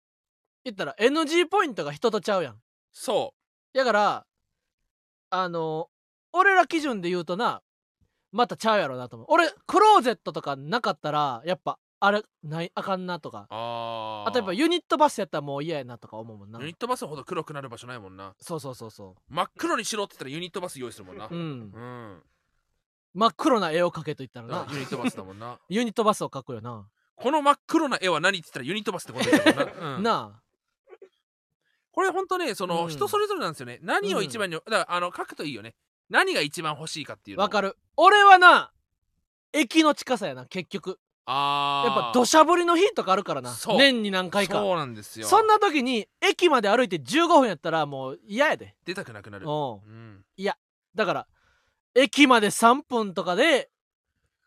Speaker 2: 言ったら NG ポイントが人とちゃうやん。
Speaker 1: そ
Speaker 2: だから、あの、俺ら基準で言うとな、またちゃうやろなと思う。俺、クローゼットとかなかったら、やっぱ、あれ、ない、あかんなとか。
Speaker 1: うあ
Speaker 2: あとやっぱユニットバスやったらもう嫌やなとか思うもんな
Speaker 1: ユ。ニットバスほど黒くなる場所ないもんな
Speaker 2: そうそうそうそ
Speaker 1: 真っ黒にしろって言ったらユニットバス用意するもんな
Speaker 2: う。うん
Speaker 1: う。ん、
Speaker 2: 真っ黒な絵を描けと言ったら
Speaker 1: だ
Speaker 2: な
Speaker 1: から、ユニットバスだもんな
Speaker 2: ユニットバスを描くよな。
Speaker 1: この真っ黒な絵は何って言ったらユニットバスってことだよな、うん
Speaker 2: な
Speaker 1: これほんとねその、
Speaker 2: うん
Speaker 1: 人それぞれなんですよね何を一番に、だからあの書くといいよね何が一番欲しいかっていう
Speaker 2: あ、
Speaker 1: の
Speaker 2: わか
Speaker 1: る
Speaker 2: る。俺はな、駅の近さやな、結局。
Speaker 1: あー
Speaker 2: やっぱ土砂降りの日とかあるからな。
Speaker 1: そう
Speaker 2: 年に何回か。
Speaker 1: そうなんですよ
Speaker 2: そんな時に、駅まで歩いて15分やったらもう嫌やで。
Speaker 1: 出たくなくなる、
Speaker 2: うん。
Speaker 1: うん、
Speaker 2: だから駅まで3分とかで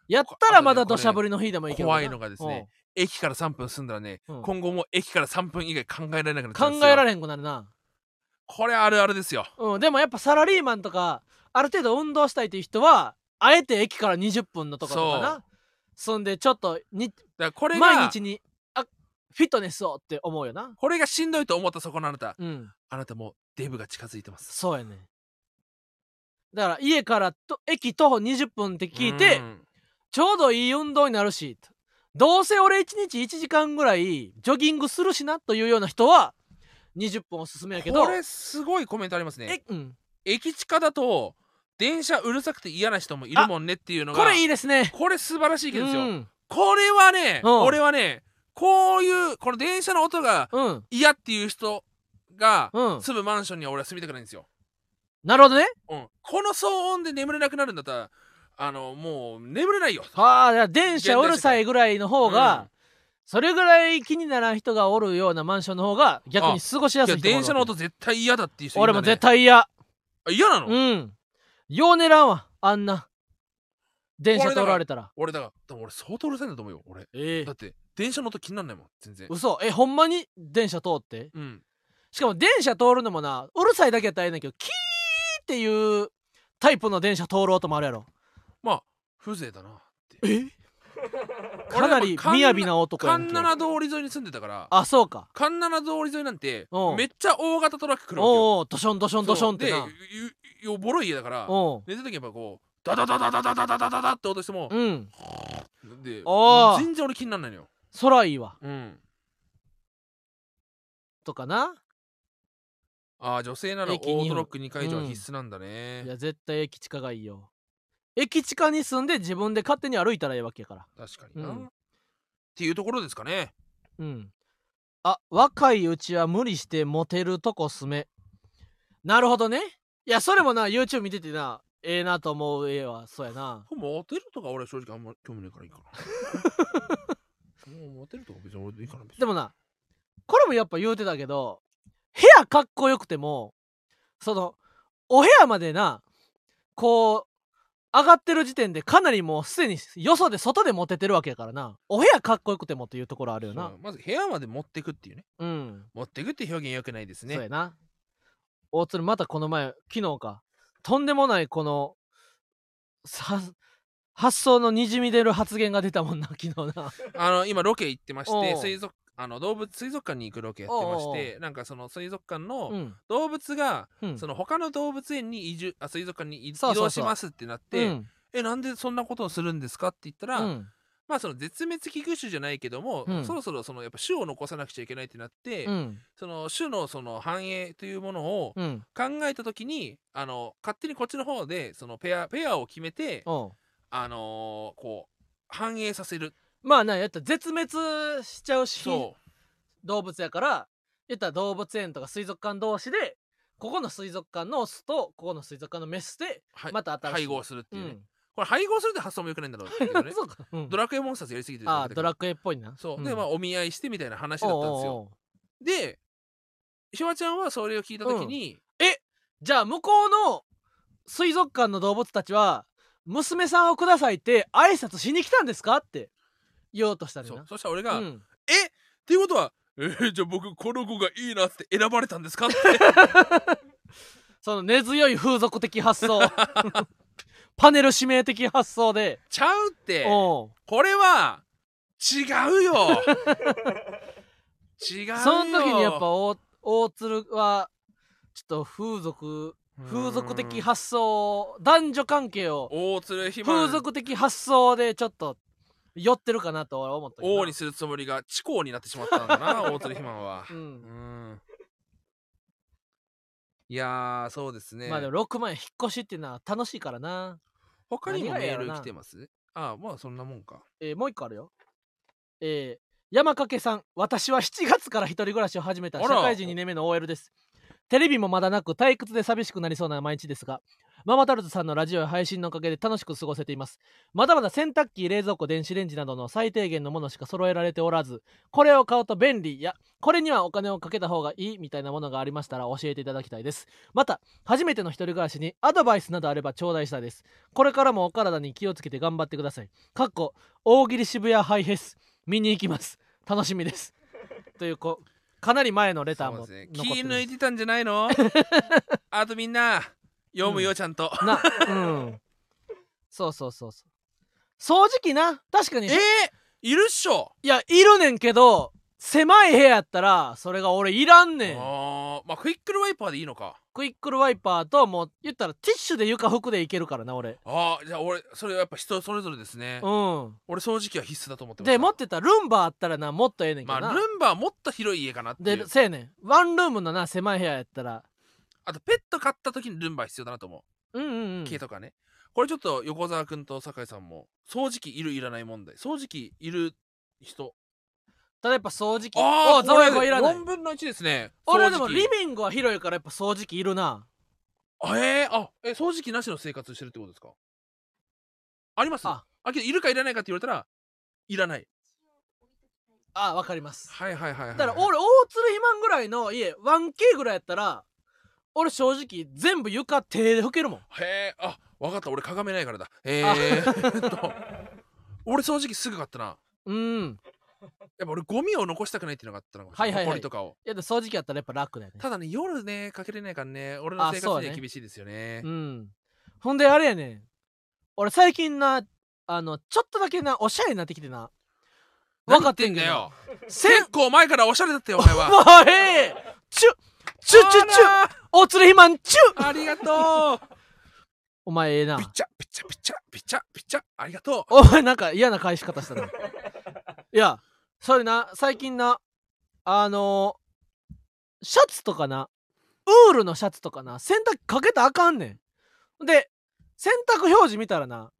Speaker 2: やったらま
Speaker 1: こ
Speaker 2: だ
Speaker 1: あとね
Speaker 2: 土砂降りの日でもいけるかな
Speaker 1: 怖いのがですね駅から3分住んだらね、
Speaker 2: うんうん
Speaker 1: 今後もう駅から3分以外考えられなくなっちゃ
Speaker 2: 考
Speaker 1: うんですよ
Speaker 2: えられへんくなるな、
Speaker 1: これあるあるですよ
Speaker 2: うん、でもやっぱサラリーマンとかある程度運動したいという人はあえて駅から20分のところかなそんでちょっとに
Speaker 1: だからこれが
Speaker 2: 毎日にあフィットネスをって思うよな
Speaker 1: これがしんどいと思ったそこのあなた
Speaker 2: うん
Speaker 1: あなたもうデブが近づいてます
Speaker 2: そうやねだから家からと駅徒歩20分って聞いて、
Speaker 1: うん
Speaker 2: ちょうどいい運動になるし、とどうせ俺1日1時間ぐらいジョギングするしなというような人は20分おすすめやけど、
Speaker 1: これすごいコメントありますね
Speaker 2: え、うん、
Speaker 1: 駅近だと電車うるさくて嫌な人もいるもんねっていうのが
Speaker 2: これいいですね。
Speaker 1: これ素晴らしい意見ですよ、
Speaker 2: うん、
Speaker 1: これはね
Speaker 2: うん
Speaker 1: 俺はねこういうこの電車の音が
Speaker 2: うん、
Speaker 1: 嫌っていう人が
Speaker 2: うん。
Speaker 1: 住むマンションには俺は住みたくないんですよ、
Speaker 2: なるほどね。
Speaker 1: うん、この騒音で眠れなくなるんだったらあのもう眠れないよ
Speaker 2: はあ、じゃあ電車おるさいぐらいの方
Speaker 1: うん
Speaker 2: が、それぐらい気にならん人がおるようなマンションの方が、逆に過ごしや
Speaker 1: い
Speaker 2: すい
Speaker 1: や
Speaker 2: 人もおるわけ
Speaker 1: 電車の音絶対嫌だっていう人い
Speaker 2: 俺
Speaker 1: るん
Speaker 2: も
Speaker 1: だね
Speaker 2: 絶対嫌。
Speaker 1: あ嫌なの、
Speaker 2: うん。よう狙わんわ、あんな。電車通られたら。
Speaker 1: 俺だから多分俺相当うるさいんだと思うよ俺
Speaker 2: ええ
Speaker 1: だって電車の音気になんないもん全然
Speaker 2: 嘘え、ほんまに電車通って
Speaker 1: うん
Speaker 2: しかも電車通るのもな、うるさいだけやったらええねんけど、キーっていうタイプの電車通ろうともあるやろ。
Speaker 1: まあ風情だなって
Speaker 2: えかなり雅な男やん
Speaker 1: 神
Speaker 2: け。
Speaker 1: 奈川通り沿いに住んでたから
Speaker 2: あ、そうか。
Speaker 1: 神奈川通り沿いなんて
Speaker 2: うん
Speaker 1: めっちゃ大型トラック来るわけよ
Speaker 2: おうおう、ドションドションドションってな
Speaker 1: そう。でよぼろい家だから
Speaker 2: おう
Speaker 1: 寝てた時やっぱこうダダダダダダダダダダダって音しても
Speaker 2: うん。
Speaker 1: で
Speaker 2: あー
Speaker 1: 全然俺気にならないのよ
Speaker 2: 空いいわ。
Speaker 1: うん
Speaker 2: とかな。
Speaker 1: ああ女性ならオ
Speaker 2: 駅に
Speaker 1: ートロック2回以上は必須なんだね
Speaker 2: いや、絶対駅近がいいよ。駅近に住んで自分で勝手に歩いたらええわけやから。
Speaker 1: 確かにな、
Speaker 2: うん
Speaker 1: っていうところですかね
Speaker 2: うん。あ、若いうちは無理してモテるとこ住め。なるほどね。いや、それもな、YouTube 見ててな、ええなと思う絵は、そうやな。
Speaker 1: モテるとか俺は正直あんま興味ないからいいかなもうモテるとか別に俺でいいかな別に
Speaker 2: でもな、これもやっぱ言うてたけど、部屋かっこよくても、その、お部屋までな、こう、上がってる時点でかなりもうすでによそで外でモテてるわけやからな。お部屋かっこよくてもっていうところあるよな
Speaker 1: そう。まず部屋まで持ってくっていうね
Speaker 2: うん。
Speaker 1: 持ってくって表現良くないです
Speaker 2: そう
Speaker 1: ね
Speaker 2: やな大鶴またこの前昨日かとんでもないこのさ発想のにじみ出る発言が出たもんな昨日な
Speaker 1: あの今ロケ行ってまし
Speaker 2: お
Speaker 1: て
Speaker 2: う
Speaker 1: 水族あの動物水族館に行くロケやってましてなんかその水族館
Speaker 2: う
Speaker 1: の
Speaker 2: ん、
Speaker 1: 動物が、
Speaker 2: うん、
Speaker 1: その他の動物園に移住あ水族館に移移
Speaker 2: そうそう
Speaker 1: 動し
Speaker 2: そう
Speaker 1: ますってなって
Speaker 2: うん
Speaker 1: えなんでそんなことをするんですかって言ったら、
Speaker 2: うん
Speaker 1: まあその絶滅危惧種じゃないけども、
Speaker 2: うん
Speaker 1: そろそろそのやっぱ種を残さなくちゃいけないってなって、
Speaker 2: うん
Speaker 1: その種のその繁栄というものを
Speaker 2: うん
Speaker 1: 考えた時にあの勝手にこっちの方でそのペアペアを決めて
Speaker 2: おう
Speaker 1: あのーこう繁栄させる
Speaker 2: まあなやったら絶滅しちゃうし
Speaker 1: そ
Speaker 2: 動物やから言ったら動物園とか水族館同士でここの水族館のオスとここの水族館のメスで
Speaker 1: う、はい
Speaker 2: また新し
Speaker 1: 配
Speaker 2: い
Speaker 1: 合するって
Speaker 2: う
Speaker 1: いうね、
Speaker 2: ん
Speaker 1: これ配合するって発想もよくないんだろうけどね
Speaker 2: [laughs] そうか、うん
Speaker 1: ドラクエモンスターズやりすぎてるだ
Speaker 2: あ
Speaker 1: けだけ
Speaker 2: ード
Speaker 1: ど
Speaker 2: ラクエっぽいな
Speaker 1: そう、
Speaker 2: ん
Speaker 1: でまあお見合いしてみたいな話だったんです
Speaker 2: おうおう
Speaker 1: よ
Speaker 2: おう
Speaker 1: でひわちゃんはそれを聞いた時に、
Speaker 2: じゃあ向こうの水族館の動物たちは娘さんをくださいって挨拶しに来たんですかって言おうとしたん
Speaker 1: そ
Speaker 2: だ
Speaker 1: う
Speaker 2: な
Speaker 1: そしたら俺が「
Speaker 2: うん
Speaker 1: えっていうことはえー、じゃあ僕この子がいいなって選ばれたんです
Speaker 2: [laughs]
Speaker 1: かって
Speaker 2: その根強い風俗的
Speaker 1: [laughs]
Speaker 2: 発想パネル指名的発想で、
Speaker 1: ちゃうって
Speaker 2: おう
Speaker 1: これは違う
Speaker 2: [laughs]
Speaker 1: よ違うよ
Speaker 2: その時にやっぱ大大鶴はちょっと風俗風俗的
Speaker 1: うん
Speaker 2: 発想を男女関係を
Speaker 1: 大鶴ひま
Speaker 2: 風俗的発想でちょっと寄ってるかなと俺は思ったけどな
Speaker 1: 王にするつもりが地高になってしまったんだ
Speaker 2: [laughs]
Speaker 1: な大鶴ひまは
Speaker 2: う
Speaker 1: うんんいやーそうですね、
Speaker 2: まあでも6万円引っ越しっていうのは楽しいからな、
Speaker 1: 他にも
Speaker 2: 何が
Speaker 1: メ
Speaker 2: や
Speaker 1: ー
Speaker 2: ろ
Speaker 1: ル
Speaker 2: な
Speaker 1: 来てますああまあそんなもんか
Speaker 2: えーもう一個あるよえー山掛さん私は7月から一人暮らしを始めた
Speaker 1: あら
Speaker 2: 社会人2年目の OL ですテレビもまだなく退屈で寂しくなりそうな毎日ですがママタルトさんのラジオや配信のおかげで楽しく過ごせていますまだまだ洗濯機冷蔵庫電子レンジなどの最低限のものしか揃えられておらずこれを買うと便利いやこれにはお金をかけた方がいいみたいなものがありましたら教えていただきたいですまた初めての一人暮らしにアドバイスなどあれば頂戴したいですこれからもお体に気をつけて頑張ってくださいかっこ大喜利渋谷ハイヘス見に行きます楽しみです
Speaker 1: [laughs]
Speaker 2: というこうかなり前のレター
Speaker 1: そう
Speaker 2: も
Speaker 1: ですね
Speaker 2: 残
Speaker 1: 気
Speaker 2: ってま
Speaker 1: 抜い
Speaker 2: す
Speaker 1: てたんじゃない
Speaker 2: [laughs]
Speaker 1: のあとみんな読むよちゃんと、
Speaker 2: なうんそうそうそうそう掃除機な確かに
Speaker 1: えー、いるっしょ
Speaker 2: いやいるねんけど狭い部屋やったらそれが俺いらんねん
Speaker 1: あーまあクイックルワイパーでいいのか
Speaker 2: クイックルワイパーともう言ったらティッシュで床拭くでいけるからな俺
Speaker 1: ああじゃあ俺それはやっぱ人それぞれですね
Speaker 2: うん
Speaker 1: 俺掃除機は必須だと思ってました
Speaker 2: で持ってたらルンバあったらなもっとええねんけ
Speaker 1: ま
Speaker 2: ど
Speaker 1: あ
Speaker 2: な、
Speaker 1: ルンバはもっと広い家かなっていう
Speaker 2: でせやねんワンルームのな狭い部屋やったら
Speaker 1: あとペット飼った時にルンバ必要だなと思
Speaker 2: うんうんう
Speaker 1: う、
Speaker 2: ん
Speaker 1: 毛とかねこれちょっと横澤君と酒井さんも掃除機いるいらない問題掃除機いる人
Speaker 2: ただやっぱ掃除機
Speaker 1: あ
Speaker 2: お
Speaker 1: あ
Speaker 2: ざわやかいらない
Speaker 1: 4分の1ですね
Speaker 2: 俺でも
Speaker 1: 掃除機
Speaker 2: リビングは広いからやっぱ掃除機いるな
Speaker 1: あえー、あえ掃除機なしの生活してるってことですかありますあ
Speaker 2: あ
Speaker 1: けどいるかいらないかって言われたらいらない
Speaker 2: あわかります
Speaker 1: はいはいはいはい、はい、
Speaker 2: だから俺大鶴肥満ぐらいの家 1K ぐらいやったら俺正直全部床手で拭けるもん
Speaker 1: へえあわかった俺かがめないからだえー、えっと俺掃除機すぐ買ったな
Speaker 2: うん
Speaker 1: やっぱ俺ゴミを残したくないっていうのがあったのかもしれない
Speaker 2: はいはいはい
Speaker 1: 埃とかを
Speaker 2: いやでも掃除機やったらやっぱ楽だよね
Speaker 1: ただね夜ねかけれないからね俺の生
Speaker 2: あそ
Speaker 1: 活
Speaker 2: う
Speaker 1: には
Speaker 2: ね
Speaker 1: 厳しいですよね
Speaker 2: うんほんであれやねん俺最近なあのちょっとだけなおしゃれになってきてな分かってんけど
Speaker 1: 何言ってんだよ
Speaker 2: せん
Speaker 1: 結構前からおしゃれだったよお前
Speaker 2: [laughs]
Speaker 1: は
Speaker 2: もうええチュチュチュチュ
Speaker 1: あ
Speaker 2: 大鶴肥満チュ
Speaker 1: らありがとう
Speaker 2: お前ええな
Speaker 1: ピッチャピッチャピッチャピッチャピッチャありがとう
Speaker 2: お [laughs] 前なんか嫌な返し方したないやそれな最近なあのーシャツとかなウールのシャツとかな洗濯機かけたらあかんねんで洗濯表示見たらな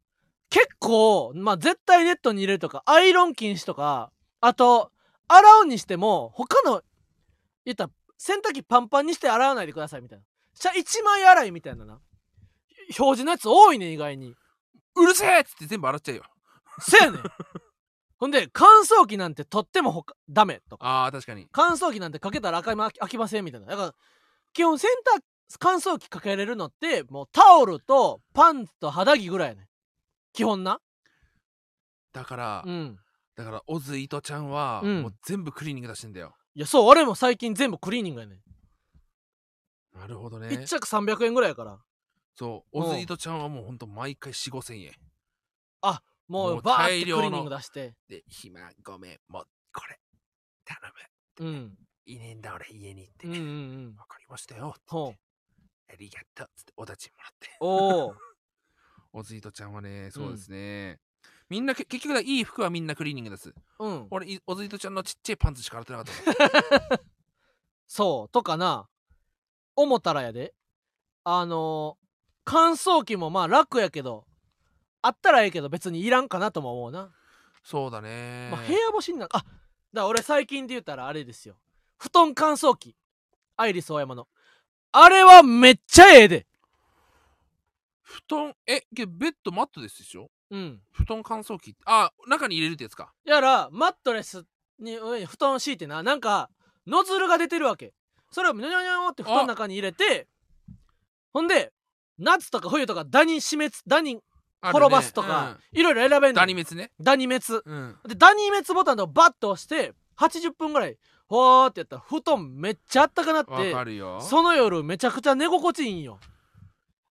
Speaker 2: 結構まあ絶対ネットに入れるとかアイロン禁止とかあと洗うにしても他の言ったら洗濯機パンパンにして洗わないでくださいみたいなじゃ1枚洗いみたいなな表示のやつ多いねん意外に
Speaker 1: うるせえっつって全部洗っちゃうよ
Speaker 2: せやねん
Speaker 1: [laughs]
Speaker 2: ほんで乾燥機なんて取ってもほかダメとか
Speaker 1: あー確かに
Speaker 2: 乾燥機なんてかけたらあかま飽きませんみたいなだから基本洗濯乾燥機かけれるのってもうタオルとパンツと肌着ぐらいやねん基本な
Speaker 1: だから、
Speaker 2: うん
Speaker 1: だからオズイトちゃんは、
Speaker 2: うん
Speaker 1: もう全部クリーニング出してんだよ
Speaker 2: いやそう俺も最近全部クリーニングやね
Speaker 1: なるほど
Speaker 2: ん、
Speaker 1: ね
Speaker 2: 1着300円ぐらいやから
Speaker 1: そう
Speaker 2: うん
Speaker 1: オズイトちゃんはもうほんと毎回4 5千円
Speaker 2: も
Speaker 1: もう
Speaker 2: うバーって
Speaker 1: 大
Speaker 2: クリ
Speaker 1: 量の
Speaker 2: ーニング出して
Speaker 1: で暇ごめんもうこれ頼む
Speaker 2: うん
Speaker 1: いねえんだ俺家に行って、
Speaker 2: うんうんうん
Speaker 1: わかりましたよって言っ
Speaker 2: ほ
Speaker 1: [laughs]
Speaker 2: う
Speaker 1: てありがとうっつってお立ちもらって
Speaker 2: おお
Speaker 1: オズイトちゃんはねそうですね、みんなけ結局だいい服はみんなクリーニングです
Speaker 2: うん
Speaker 1: 俺いオズイトちゃんのちっちゃいパンツしか洗ってなかった [laughs] もん
Speaker 2: そうとかな思ったらやであのー乾燥機もまあ楽やけどあったらええけど別にいらんかなとも思うな、
Speaker 1: そうだね、
Speaker 2: まあ、部屋干しになあだから俺最近で言ったらあれですよ布団乾燥機アイリスオーヤマのあれはめっちゃええで
Speaker 1: 布団えけベッドマットですでしょ
Speaker 2: うん
Speaker 1: 布団乾燥機あ中に入れるってやつか
Speaker 2: やらマットレスに上に布団を敷いてななんかノズルが出てるわけそれをニョニョニョって布団の中に入れてほんで夏とか冬とかダニ死滅ダニ
Speaker 1: あるね
Speaker 2: 転ばすとか、いろいろ選べ
Speaker 1: うんん
Speaker 2: の
Speaker 1: ダニ滅ね
Speaker 2: ダニ滅
Speaker 1: うん
Speaker 2: でダニ滅ボタンとバッと押して80分ぐらいほーってやったら布団めっちゃあったかなっ
Speaker 1: わか
Speaker 2: て
Speaker 1: るよ
Speaker 2: その夜めちゃくちゃ寝心地いいんよ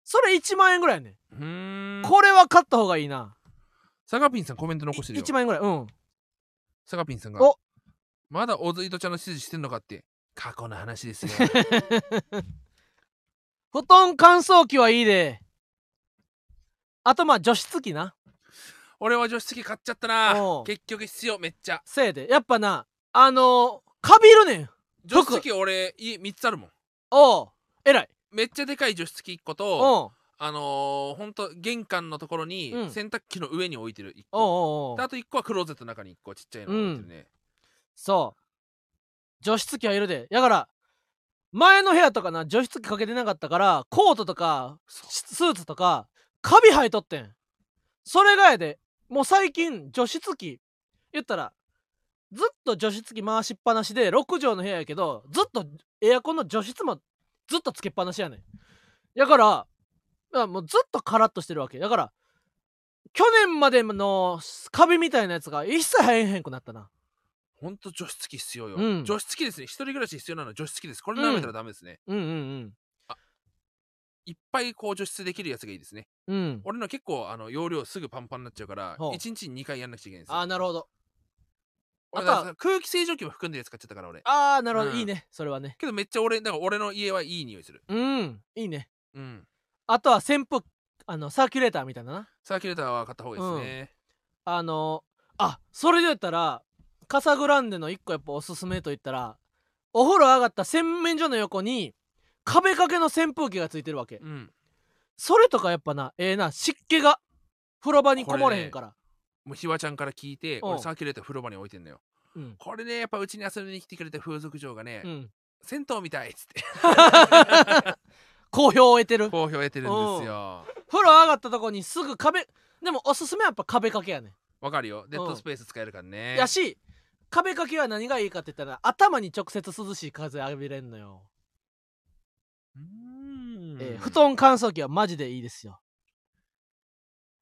Speaker 2: それ1万円ぐらいやね、
Speaker 1: うーん
Speaker 2: ん、これは買った方がいいな
Speaker 1: サガピンさんコメント残してるよ
Speaker 2: 1万円ぐらいうん
Speaker 1: サガピンさんが
Speaker 2: お
Speaker 1: まだオズイトちゃんの指示してんのかって過去の話です
Speaker 2: [laughs]
Speaker 1: よ
Speaker 2: 布団乾燥機はいいであとまあ除湿機な
Speaker 1: 俺は除湿機買っちゃったな
Speaker 2: おう
Speaker 1: 結局必要めっちゃ
Speaker 2: せいでやっぱなあのー、カビるねん
Speaker 1: 除湿機俺家3つあるもん
Speaker 2: おうえらい
Speaker 1: めっちゃでかい除湿機1個と
Speaker 2: おう
Speaker 1: あのー、ほんと玄関のところに
Speaker 2: うん
Speaker 1: 洗濯機の上に置いてる1個、
Speaker 2: おうおうおう
Speaker 1: であと1個はクローゼットの中に1個ちっちゃいの置いてるね、
Speaker 2: そう除湿機はいるでだから前の部屋とかな除湿機かけてなかったからコートとかしスーツとかカビ生えとってんそれがやでもう最近除湿機言ったらずっと除湿機回しっぱなしで6畳の部屋やけどずっとエアコンの除湿もずっとつけっぱなしやねんだからだからもうずっとカラッとしてるわけだから去年までのカビみたいなやつが一切生えへんくなったな
Speaker 1: ほんと除湿機必要よ、
Speaker 2: うん
Speaker 1: 除湿機ですね一人暮らし必要なのは除湿機ですこれ舐めたらダメですね、
Speaker 2: うんうん
Speaker 1: いっぱいこう除湿できるやつがいいですね
Speaker 2: うんうん
Speaker 1: 俺の結構あの容量すぐパンパンになっちゃうから
Speaker 2: ほう
Speaker 1: 1日に2回やんなくちゃいけないんですよ
Speaker 2: ああなるほど
Speaker 1: 俺
Speaker 2: あとは
Speaker 1: だから空気清浄機も含んでるやつ買っちゃったから俺
Speaker 2: ああなるほど、
Speaker 1: うん
Speaker 2: いいねそれはね
Speaker 1: けどめっちゃ俺だから俺の家はいい匂いする
Speaker 2: うんいいね
Speaker 1: うん
Speaker 2: あとは扇風あのサーキュレーターみたいなな
Speaker 1: サーキュレーターは買った方がいいですね、
Speaker 2: あのあそれで言ったらカサグランデの一個やっぱおすすめと言ったらお風呂上がった洗面所の横に壁掛けの扇風機がついてるわけ、
Speaker 1: うん
Speaker 2: それとかやっぱなええな湿気が風呂場にこもれへんから、
Speaker 1: もうひわちゃんから聞いて
Speaker 2: うん
Speaker 1: 俺サーキュレーター風呂場に置いてんのよ
Speaker 2: うん。
Speaker 1: これねやっぱうちに遊びに来てくれた風俗嬢がね、
Speaker 2: うん。
Speaker 1: 銭湯みたいっつって
Speaker 2: [laughs] 好評を得てる。
Speaker 1: 好評得てるんですよ
Speaker 2: 風呂上がったとこにすぐ壁、でもおすすめはやっぱ壁掛けやね。
Speaker 1: わかるよデッドスペース使えるからね
Speaker 2: やし、壁掛けは何がいいかって言ったら、頭に直接涼しい風浴びれんのよ。
Speaker 1: うーん
Speaker 2: えー布団乾燥機はマジでいいですよ。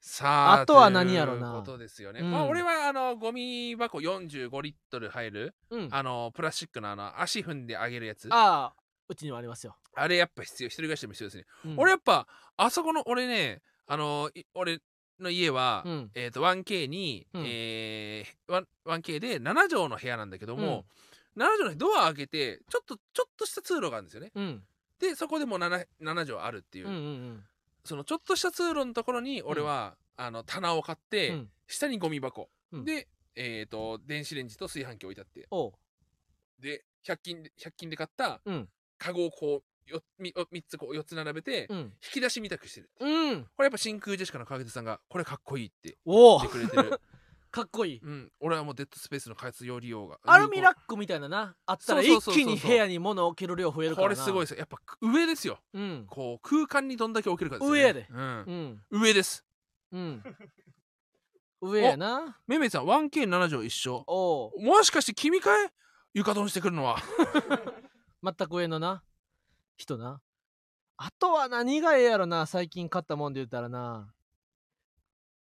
Speaker 1: さあ
Speaker 2: あとは何やろな
Speaker 1: ということですよね、
Speaker 2: うん
Speaker 1: まあ俺はあのゴミ箱45リットル入る
Speaker 2: うん。あ
Speaker 1: あのプラスチックのあの足踏んであげるやつあ
Speaker 2: あ、うちにもありますよ。
Speaker 1: れやっぱ必要一人暮らしでも必要ですね、
Speaker 2: うん
Speaker 1: 俺やっぱあそこの俺ねあのい俺の家は、
Speaker 2: うん。
Speaker 1: えー、と 1K に、
Speaker 2: うん
Speaker 1: えーワン 1K で7畳の部屋なんだけども、7畳のドア開けてちょっとちょっとした通路があるんですよね
Speaker 2: うん。
Speaker 1: でそこでもう 7, 7畳あるっていう、
Speaker 2: うんうんうん。
Speaker 1: そのちょっとした通路のところに俺は、あの棚を買って、
Speaker 2: うん
Speaker 1: 下にゴミ箱、
Speaker 2: うん
Speaker 1: で、えー、と電子レンジと炊飯器置いてあって
Speaker 2: おう。
Speaker 1: で100均で100均で買った
Speaker 2: うん。
Speaker 1: カゴをこうよみお3つこう4つ並べて、
Speaker 2: うん。
Speaker 1: 引き出しみたくしてる
Speaker 2: うん。
Speaker 1: これやっぱ真空ジェシカの川口さんがこれかっこいいって
Speaker 2: おお
Speaker 1: 言っ。てくれてる、
Speaker 2: かっこいい。
Speaker 1: うん、俺はもうデッドスペースの活用利用が
Speaker 2: アルミラックみたいなな。あった
Speaker 1: そうそ
Speaker 2: ら一
Speaker 1: うそうそう
Speaker 2: 気に部屋に物を置ける量増えるか
Speaker 1: こ
Speaker 2: ら
Speaker 1: れ
Speaker 2: な。
Speaker 1: すごいですよやっぱ上ですよ
Speaker 2: うん。
Speaker 1: こう空間にどんだけ置けるかですよ、ね、
Speaker 2: 上やで
Speaker 1: うん
Speaker 2: うん。
Speaker 1: 上です [laughs]
Speaker 2: うん。上やな。
Speaker 1: めめさん 1K7 畳一緒
Speaker 2: おう。
Speaker 1: もしかして君かい床ドンしてくるのは
Speaker 2: 全く上のな人なあとは何がええやろな最近買ったもんで言ったらな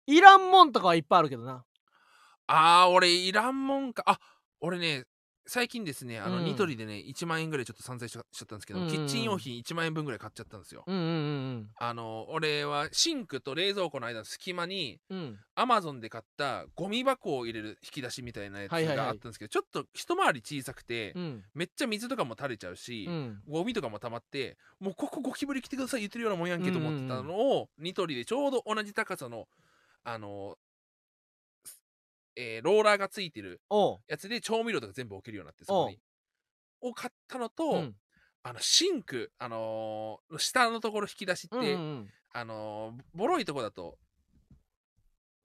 Speaker 2: いらんもんとかはいっぱいあるけどな
Speaker 1: あー俺いらんもんかあ俺ね最近ですねあの
Speaker 2: うん
Speaker 1: ニトリでね1万円ぐらいちょっと散財しちゃしちゃったんですけど、
Speaker 2: うんうん
Speaker 1: キッチン用品1万円分ぐらい買っちゃったんですよ
Speaker 2: うんうん
Speaker 1: あの俺はシンクと冷蔵庫の間の隙間に
Speaker 2: うんうん
Speaker 1: アマゾンで買ったゴミ箱を入れる引き出しみたいなやつ
Speaker 2: はいはいはい
Speaker 1: があったんですけど、ちょっと一回り小さくて、
Speaker 2: うん
Speaker 1: めっちゃ水とかも垂れちゃうし、
Speaker 2: うん
Speaker 1: ゴミとかも溜まってもうここゴキブリ来てください言ってるようなもんやんけと思ってた
Speaker 2: うん
Speaker 1: のを、ニトリでちょうど同じ高さのあの、えーローラーがついてる
Speaker 2: おう
Speaker 1: やつで調味料とか全部置けるようになってそこに。を買ったのと、
Speaker 2: うん
Speaker 1: あのシンク、あのー下のところ引き出しって、
Speaker 2: うんうん
Speaker 1: あのーボロいとこだと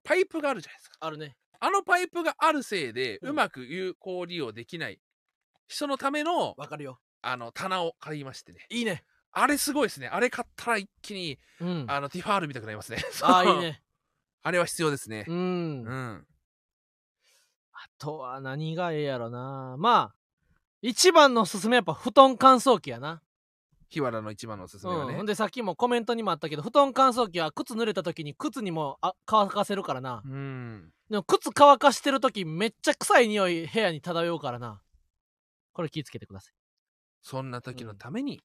Speaker 1: パイプがあるじゃないですか
Speaker 2: あるね
Speaker 1: あのパイプがあるせいで
Speaker 2: うん
Speaker 1: うまく有効利用できない人のための
Speaker 2: わかるよ
Speaker 1: あの棚を買いましてね
Speaker 2: いいね
Speaker 1: あれすごいですねあれ買ったら一気に
Speaker 2: うんあ
Speaker 1: あのティファールみたくなりますね [laughs]
Speaker 2: あいいね
Speaker 1: あれは必要ですね
Speaker 2: う
Speaker 1: うん
Speaker 2: んあ
Speaker 1: うん、
Speaker 2: とは何がええやろなまあ一番のおすすめやっぱ布団乾燥機やな、
Speaker 1: 日原の一番のおすすめは
Speaker 2: うん、
Speaker 1: ね、
Speaker 2: ほんでさっきもコメントにもあったけど布団乾燥機は靴濡れた時に靴にもあ乾かせるからな
Speaker 1: うん
Speaker 2: でも靴乾かしてるときめっちゃ臭い匂い部屋に漂うからな。これ気をつけてください。
Speaker 1: そんな時のために、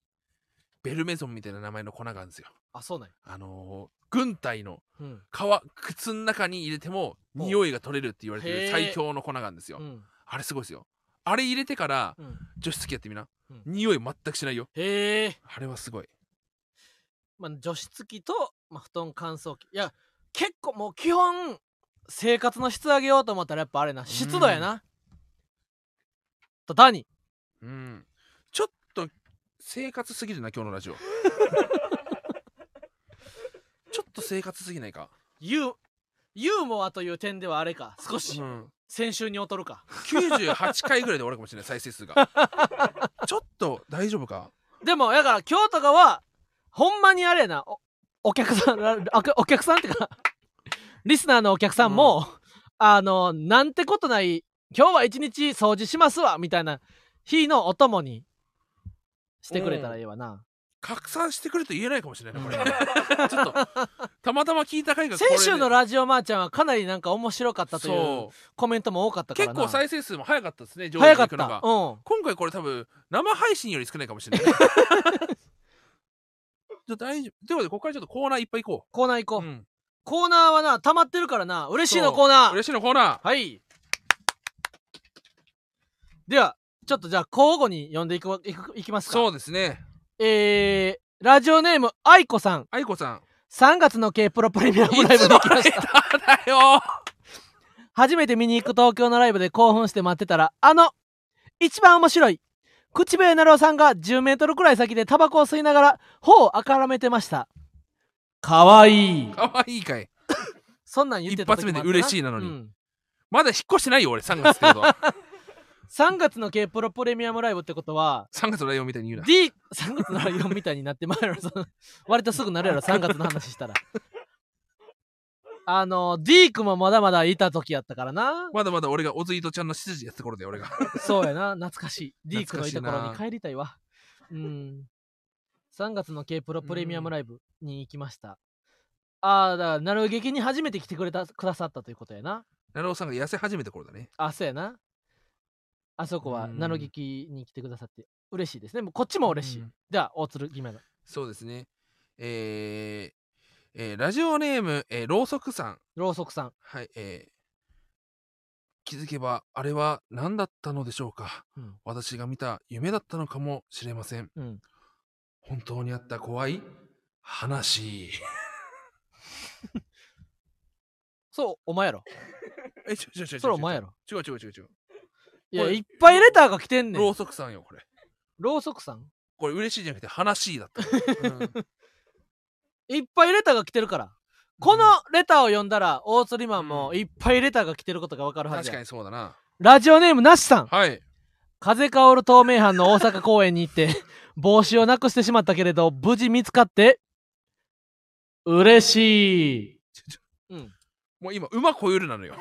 Speaker 1: ベルメゾンみたいな名前の粉があるんですよ
Speaker 2: あ、そうなんや。
Speaker 1: あのー軍隊の
Speaker 2: うん。
Speaker 1: 皮靴の中に入れても
Speaker 2: お
Speaker 1: 匂いが取れるって言われて
Speaker 2: へ
Speaker 1: る
Speaker 2: ー
Speaker 1: 最強の粉があるんですよ、
Speaker 2: うん。
Speaker 1: あれすごいですよあれ入れてから
Speaker 2: うん、
Speaker 1: 除湿器やってみな、
Speaker 2: うん
Speaker 1: 匂い全くしないよ
Speaker 2: へえ。
Speaker 1: あれはすごい
Speaker 2: まあ、除湿機と、まあ、布団乾燥機。いや、結構もう基本、生活の質上げようと思ったらやっぱあれな。湿度やな。と、ダニ。
Speaker 1: うんちょっと生活すぎるな今日の
Speaker 2: [laughs]
Speaker 1: ラジオちょっと生活すぎない
Speaker 2: [laughs]
Speaker 1: か、
Speaker 2: ユー、ユーモアという点ではあれか。少し
Speaker 1: う、ん、
Speaker 2: 先週に劣るか。
Speaker 1: 98回ぐらいで終わるかもしれない再生数がちょっと大丈夫か
Speaker 2: でも、だから今日とかは、ほんまにあれやな、おお客さん、らあお客さんってか、リスナーのお客さんも、あの、なんてことない、今日は一日掃除しますわ、みたいな日のお供にしてくれたらええわな。
Speaker 1: 拡散してくれと言えないかもしれないなこれ
Speaker 2: [laughs]
Speaker 1: ちょっとたまたま聞いた回がこれで
Speaker 2: 先週のラジオマーちゃんはかなりなんか面白かったとい
Speaker 1: そ
Speaker 2: うコメントも多かったから
Speaker 1: 結
Speaker 2: な。
Speaker 1: 構再生数も早かったですね上
Speaker 2: 早
Speaker 1: 手に
Speaker 2: かっ
Speaker 1: いくの
Speaker 2: た
Speaker 1: が。
Speaker 2: うん。
Speaker 1: 今回これ多分生配信より少ないかもしれ
Speaker 2: [laughs]
Speaker 1: ない。じゃ大丈夫。ということでここからちょっとコーナーいっぱい行こ
Speaker 2: コーナー行
Speaker 1: う。
Speaker 2: こう。
Speaker 1: ん、
Speaker 2: コーナーはな、溜まってるからな。嬉しいの
Speaker 1: そう
Speaker 2: コーナー。
Speaker 1: 嬉しいのコーナ
Speaker 2: はい。では、ちょっとじゃあ交互に読んでいくわいくいきま
Speaker 1: ー。
Speaker 2: すか。
Speaker 1: そうですね。
Speaker 2: えー、ラジオネーム、愛子さん。
Speaker 1: 愛子さん。
Speaker 2: 3月の K プロプレミア
Speaker 1: い
Speaker 2: ムライブ
Speaker 1: つ
Speaker 2: で
Speaker 1: の
Speaker 2: きま
Speaker 1: 間
Speaker 2: し
Speaker 1: に
Speaker 2: た。
Speaker 1: だよ。
Speaker 2: 初めて見に行く東京のライブで興奮して待ってたら、あの、一番面白い。口笛なるおさんが10メートルくらい先でタバコを吸いながら、頬をあからめてました。かわいい。
Speaker 1: 可愛いかい。
Speaker 2: そんなん言ってた時もあったな
Speaker 1: 一発目で嬉しいなのに
Speaker 2: うん [laughs]
Speaker 1: まだ引っ越してないよ俺3月ってこと。
Speaker 2: 3月の K プロプレミアムライブってことは、
Speaker 1: 3月のライオンみたいに言うな
Speaker 2: D3 月のライオンみたいになってまうやろその割とすぐなるやろ3月の話したらあの D 君もまだまだいた時やったからな
Speaker 1: まだまだ俺がおずいとちゃんの執事やってた頃だよ俺が
Speaker 2: そうやな懐かしい D 君のいた
Speaker 1: 懐かし
Speaker 2: 頃
Speaker 1: い
Speaker 2: に
Speaker 1: な
Speaker 2: 帰りたいわうん3月の K プロプレミアムライブに行きました、ああだからなる劇に初めて来てくれたくださったということやな
Speaker 1: なるおさんが痩せ始めた頃だね
Speaker 2: あそうやなあそこは
Speaker 1: うん
Speaker 2: なる劇に来てくださって嬉しいですねもうこっちも嬉しい、
Speaker 1: うん
Speaker 2: では大鶴姫の
Speaker 1: そうですねえーえーラジオネーム、えー、ろうそくさん
Speaker 2: ろうそくさん
Speaker 1: はいえー気づけばあれは何だったのでしょうか、
Speaker 2: うん
Speaker 1: 私が見た夢だったのかもしれません
Speaker 2: うん
Speaker 1: 本当にあった怖い話
Speaker 2: そう、お前やろ。
Speaker 1: [laughs] えちょちょちょちょ
Speaker 2: それお前やろ。
Speaker 1: 違う違う違う違う
Speaker 2: いや、
Speaker 1: これ
Speaker 2: いっぱいレターが来てんね
Speaker 1: ろ
Speaker 2: ん
Speaker 1: う。そくさんよこれ
Speaker 2: ろうそくさん
Speaker 1: これ嬉しいじゃなくて話だった、
Speaker 2: [laughs]
Speaker 1: うん
Speaker 2: いっぱいレターが来てるから。このレターを読んだら、大釣りマンもいっぱいレターが来てることがわかるはず
Speaker 1: 確
Speaker 2: や
Speaker 1: かにそうだな
Speaker 2: ラジオネームなしさん。
Speaker 1: はい
Speaker 2: 風薫る透明班の大阪公演に行って、 [laughs] 帽子をなくしてしまったけれど、無事見つかって、嬉しい。うん。
Speaker 1: もう今馬こゆるなのよ